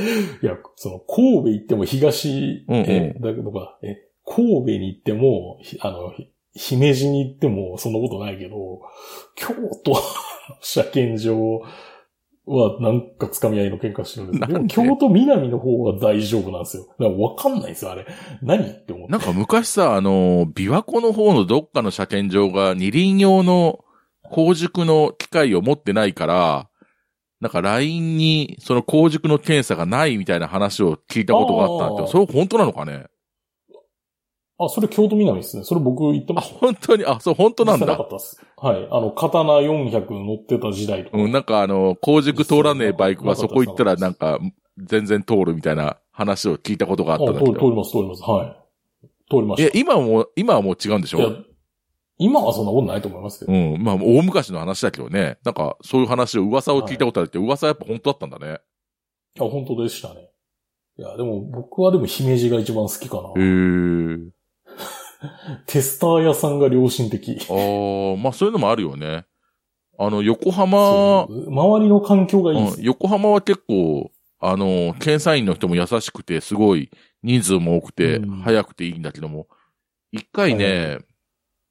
[SPEAKER 1] いや、その、神戸行っても東、
[SPEAKER 2] うんうん
[SPEAKER 1] え、だけどか、え、神戸に行っても、ひあの、ひ姫路に行ってもそんなことないけど、京都の 車検場はなんか掴み合いの喧嘩してるんですよ
[SPEAKER 2] なんで
[SPEAKER 1] も京都南の方は大丈夫なんですよ。だからわかんないんですよ、あれ。何って思って。
[SPEAKER 2] なんか昔さ、あの、琵琶湖の方のどっかの車検場が二輪用の工熟の機械を持ってないから、なんか LINE にその工熟の検査がないみたいな話を聞いたことがあったんだけ
[SPEAKER 1] あ
[SPEAKER 2] ど、
[SPEAKER 1] ー
[SPEAKER 2] それ本当なのかね
[SPEAKER 1] あ、それ京都南ですね。それ僕行って
[SPEAKER 2] あ、
[SPEAKER 1] ました。
[SPEAKER 2] 本当に、あ、そう、本当なん
[SPEAKER 1] 実際なか
[SPEAKER 2] だ。
[SPEAKER 1] ったっす。はい。あの、刀400乗ってた時代とか。
[SPEAKER 2] うん、なんかあの、工軸通らねえバイクがそこ行ったらなんか、全然通るみたいな話を聞いたことがあったん
[SPEAKER 1] あ
[SPEAKER 2] だ
[SPEAKER 1] 通
[SPEAKER 2] け
[SPEAKER 1] り通
[SPEAKER 2] ど。
[SPEAKER 1] ります、通ります。はい。通りま
[SPEAKER 2] い
[SPEAKER 1] し。
[SPEAKER 2] や、今はもう、今はもう違うんでした
[SPEAKER 1] いや
[SPEAKER 2] ょ、
[SPEAKER 1] 今はそんなことないと思いますけど。
[SPEAKER 2] うん。まあ、大昔の話だけどね。なんか、そういう話を、噂を聞いたことあるって、噂はやっぱ本当だったんだね。
[SPEAKER 1] いや、本当でしたね。いや、でも僕はでも姫路が一番好きか
[SPEAKER 2] へ
[SPEAKER 1] な。
[SPEAKER 2] え。
[SPEAKER 1] テスター屋さんが良心的。
[SPEAKER 2] ああ、まあそういうのもあるよね。あの、横
[SPEAKER 1] そ
[SPEAKER 2] 浜、
[SPEAKER 1] う周りの環境がいいで
[SPEAKER 2] うん
[SPEAKER 1] す、ね
[SPEAKER 2] 横浜は結構、あの、検査員の人も優しくて、すごい人数も多くて
[SPEAKER 1] うん、
[SPEAKER 2] 早くていいんだけども、一回
[SPEAKER 1] は
[SPEAKER 2] ね、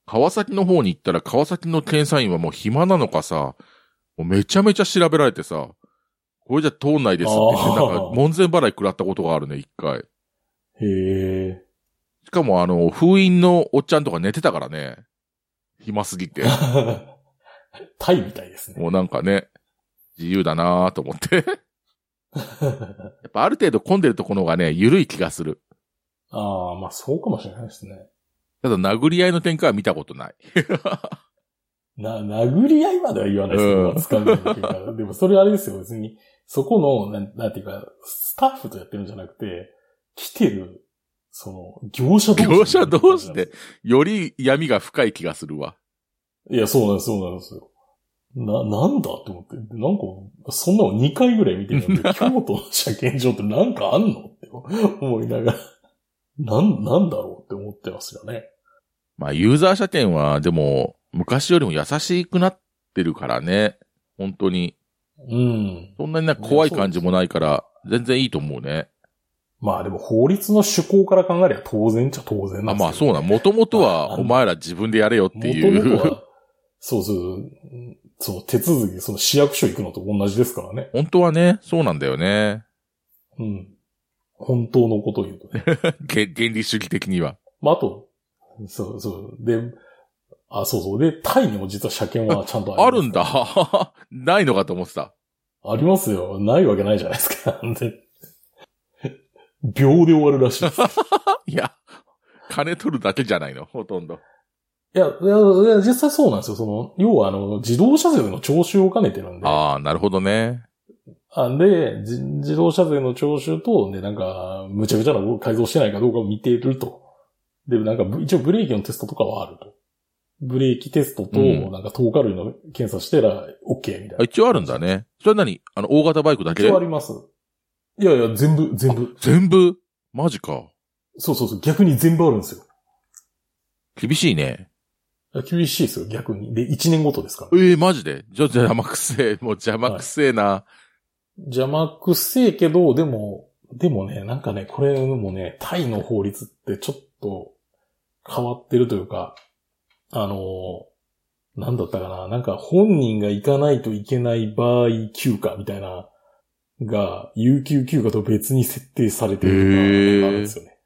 [SPEAKER 2] 川崎の方に行ったら、川崎の検査員はもう暇なのかさ、もうめちゃめちゃ調べられてさ、これじゃ通んないですって言って、
[SPEAKER 1] あ
[SPEAKER 2] なん
[SPEAKER 1] ー
[SPEAKER 2] か門前払い食らったことがあるね、一回。
[SPEAKER 1] へえ。
[SPEAKER 2] しかもあの、封印のおっちゃんとか寝てたからね、暇すぎて。
[SPEAKER 1] タイみたいですね。
[SPEAKER 2] もうなんかね、自由だなぁと思って。や っぱある程度混んでるところがね、緩い気がする。
[SPEAKER 1] ああ、まあそうかもしれないですね。
[SPEAKER 2] ただ殴り合いの展開は見たことない。
[SPEAKER 1] な、殴り合いまでは言わないですけ
[SPEAKER 2] うん
[SPEAKER 1] ど、掴んでるっていうか。 でもそれあれですよ、別に。そこの、なんなんていうか、スタッフとやってるんじゃなくて、来てる、その、業者同士。
[SPEAKER 2] 業者同士で。より闇が深い気がするわ。
[SPEAKER 1] いや、そうなんです、そうなんですよ。な、なんだって思って。なんか、そんなの2回ぐらい見て るんで、京都の車検場ってなんかあんのって 思いながら、なん、なんだろうって思ってますよね。
[SPEAKER 2] まあ、ユーザー車検は、でも、昔よりも優しくなってるからね。本当に。
[SPEAKER 1] うん。
[SPEAKER 2] そんなになんか怖い感じもないから、全然いいと思うね。
[SPEAKER 1] まあでも法律の趣向から考えれば当然っちゃ当然な
[SPEAKER 2] あ
[SPEAKER 1] んです
[SPEAKER 2] まあ、そうなん。
[SPEAKER 1] ん
[SPEAKER 2] もともと
[SPEAKER 1] ああ
[SPEAKER 2] は、
[SPEAKER 1] の
[SPEAKER 2] お前ら自分でやれよってい
[SPEAKER 1] 元々
[SPEAKER 2] う。
[SPEAKER 1] は、そうそううんそう、手続き、その市役所行くのと同じですからね。
[SPEAKER 2] 本当はね、そうなんだよね。
[SPEAKER 1] うん。本当のことを言うとね。
[SPEAKER 2] げ原理主義的には。
[SPEAKER 1] まああと、そうそう。で、あ、そうそう。で、タイにも実は車検はちゃんと
[SPEAKER 2] あ
[SPEAKER 1] ります
[SPEAKER 2] るんだ。 ないのかと思ってた。
[SPEAKER 1] ありますよ。ないわけないじゃないですか。なんで。秒で終わるらしい です。
[SPEAKER 2] いや、金取るだけじゃないの、ほとんど。
[SPEAKER 1] いや、いや、いや実際そうなんですよ。その、要はあの、自動車税の徴収を兼ねてるんで。
[SPEAKER 2] ああ、なるほどね。
[SPEAKER 1] あで、じ自動車税の徴収と、で、なんか、むちゃくちゃな改造してないかどうかを見てると。で、なんか、ぶ一応ブレーキのテストとかはあると。ブレーキテストと、
[SPEAKER 2] うん
[SPEAKER 1] なんか、トーカルの検査したら、OK みたい
[SPEAKER 2] あ
[SPEAKER 1] な。
[SPEAKER 2] 一応あるんだね。それ何あの、大型バイクだ
[SPEAKER 1] 一
[SPEAKER 2] け
[SPEAKER 1] 応あります。いやいや、全部、全部。
[SPEAKER 2] 全部マジか。
[SPEAKER 1] そうそうそう、逆に全部あるんですよ。
[SPEAKER 2] 厳しいね。
[SPEAKER 1] 厳しいですよ、逆に。で、1年ごとですから。
[SPEAKER 2] ええマジで。じゃ、邪魔くせえ。 もう邪魔くせえな。
[SPEAKER 1] 邪魔くせえけど、でも、でもね、なんかね、これもね、タイの法律ってちょっと変わってるというか、あの、なんだったかな、なんか本人が行かないといけない場合休暇みたいな、が、有給休暇と別に設定されてるのがあるんですよね。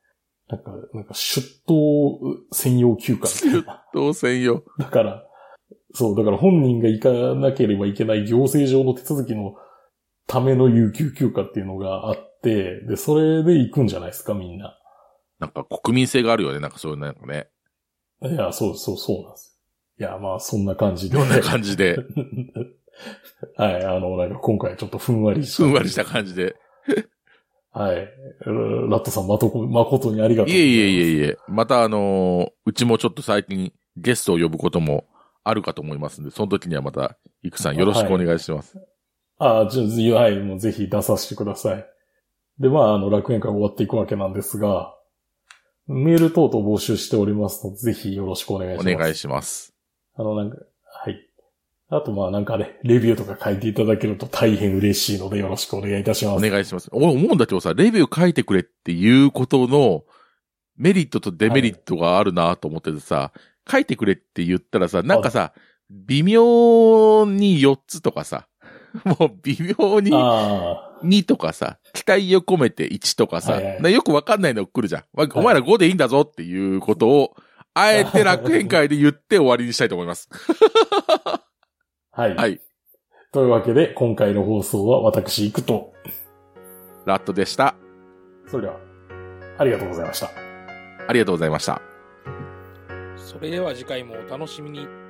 [SPEAKER 1] なんか、なんか出頭専用休暇みたいな。
[SPEAKER 2] どうせんよ。
[SPEAKER 1] だから、そう、だから本人が行かなければいけない行政上の手続きのための有給休暇っていうのがあって、で、それで行くんじゃないですか、みんな。
[SPEAKER 2] なんか国民性があるよね。なんかそういう なんかね。
[SPEAKER 1] いや、そうそう、そうなんですよ。いや、まあ、そんな感じで。
[SPEAKER 2] どんな感 じで、
[SPEAKER 1] はい、あの、なんか今回はちょっとふんわりした。
[SPEAKER 2] ふんわりした感じで。
[SPEAKER 1] はい。うラットさん、まとこ、誠にありがとうございます。
[SPEAKER 2] いえいえいえいえ。またあのーうちもちょっと最近ゲストを呼ぶこともあるかと思いますんで、その時にはまた、いくさんよろしくお願いします。
[SPEAKER 1] ああ、じゃあ、はい、もうぜひ出させてください。で、まあ、あの、楽園会終わっていくわけなんですが、メール等々募集しておりますので、ぜひよろしくお願いし
[SPEAKER 2] お
[SPEAKER 1] ます。
[SPEAKER 2] 願いします。
[SPEAKER 1] あの、なんか、はい。あと、まあ、なんかね、レビューとか書いていただけると大変嬉しいので、よろしくお願いいたしま
[SPEAKER 2] お
[SPEAKER 1] す。
[SPEAKER 2] 願いします。俺思うんだけどさ、レビュー書いてくれっていうことのメリットとデメリットがあるなと思っててさ、書いてくれって言ったらさ、なんかさ、微妙に4つとかさ、もう微妙に
[SPEAKER 1] あ
[SPEAKER 2] 2とかさ、期待を込めて1とかさ、
[SPEAKER 1] はいはい
[SPEAKER 2] なよくわかんないの来るじゃん。わお前ら5でいいんだぞっていうことを、あえて楽園会で言って終わりにしたいと思います。
[SPEAKER 1] あ、はい。
[SPEAKER 2] はい。
[SPEAKER 1] というわけで、今回の放送は私行くと。
[SPEAKER 2] ラットでした。
[SPEAKER 1] それでは、ありがとうございました。
[SPEAKER 2] ありがとうございました。
[SPEAKER 3] それでは次回もお楽しみに。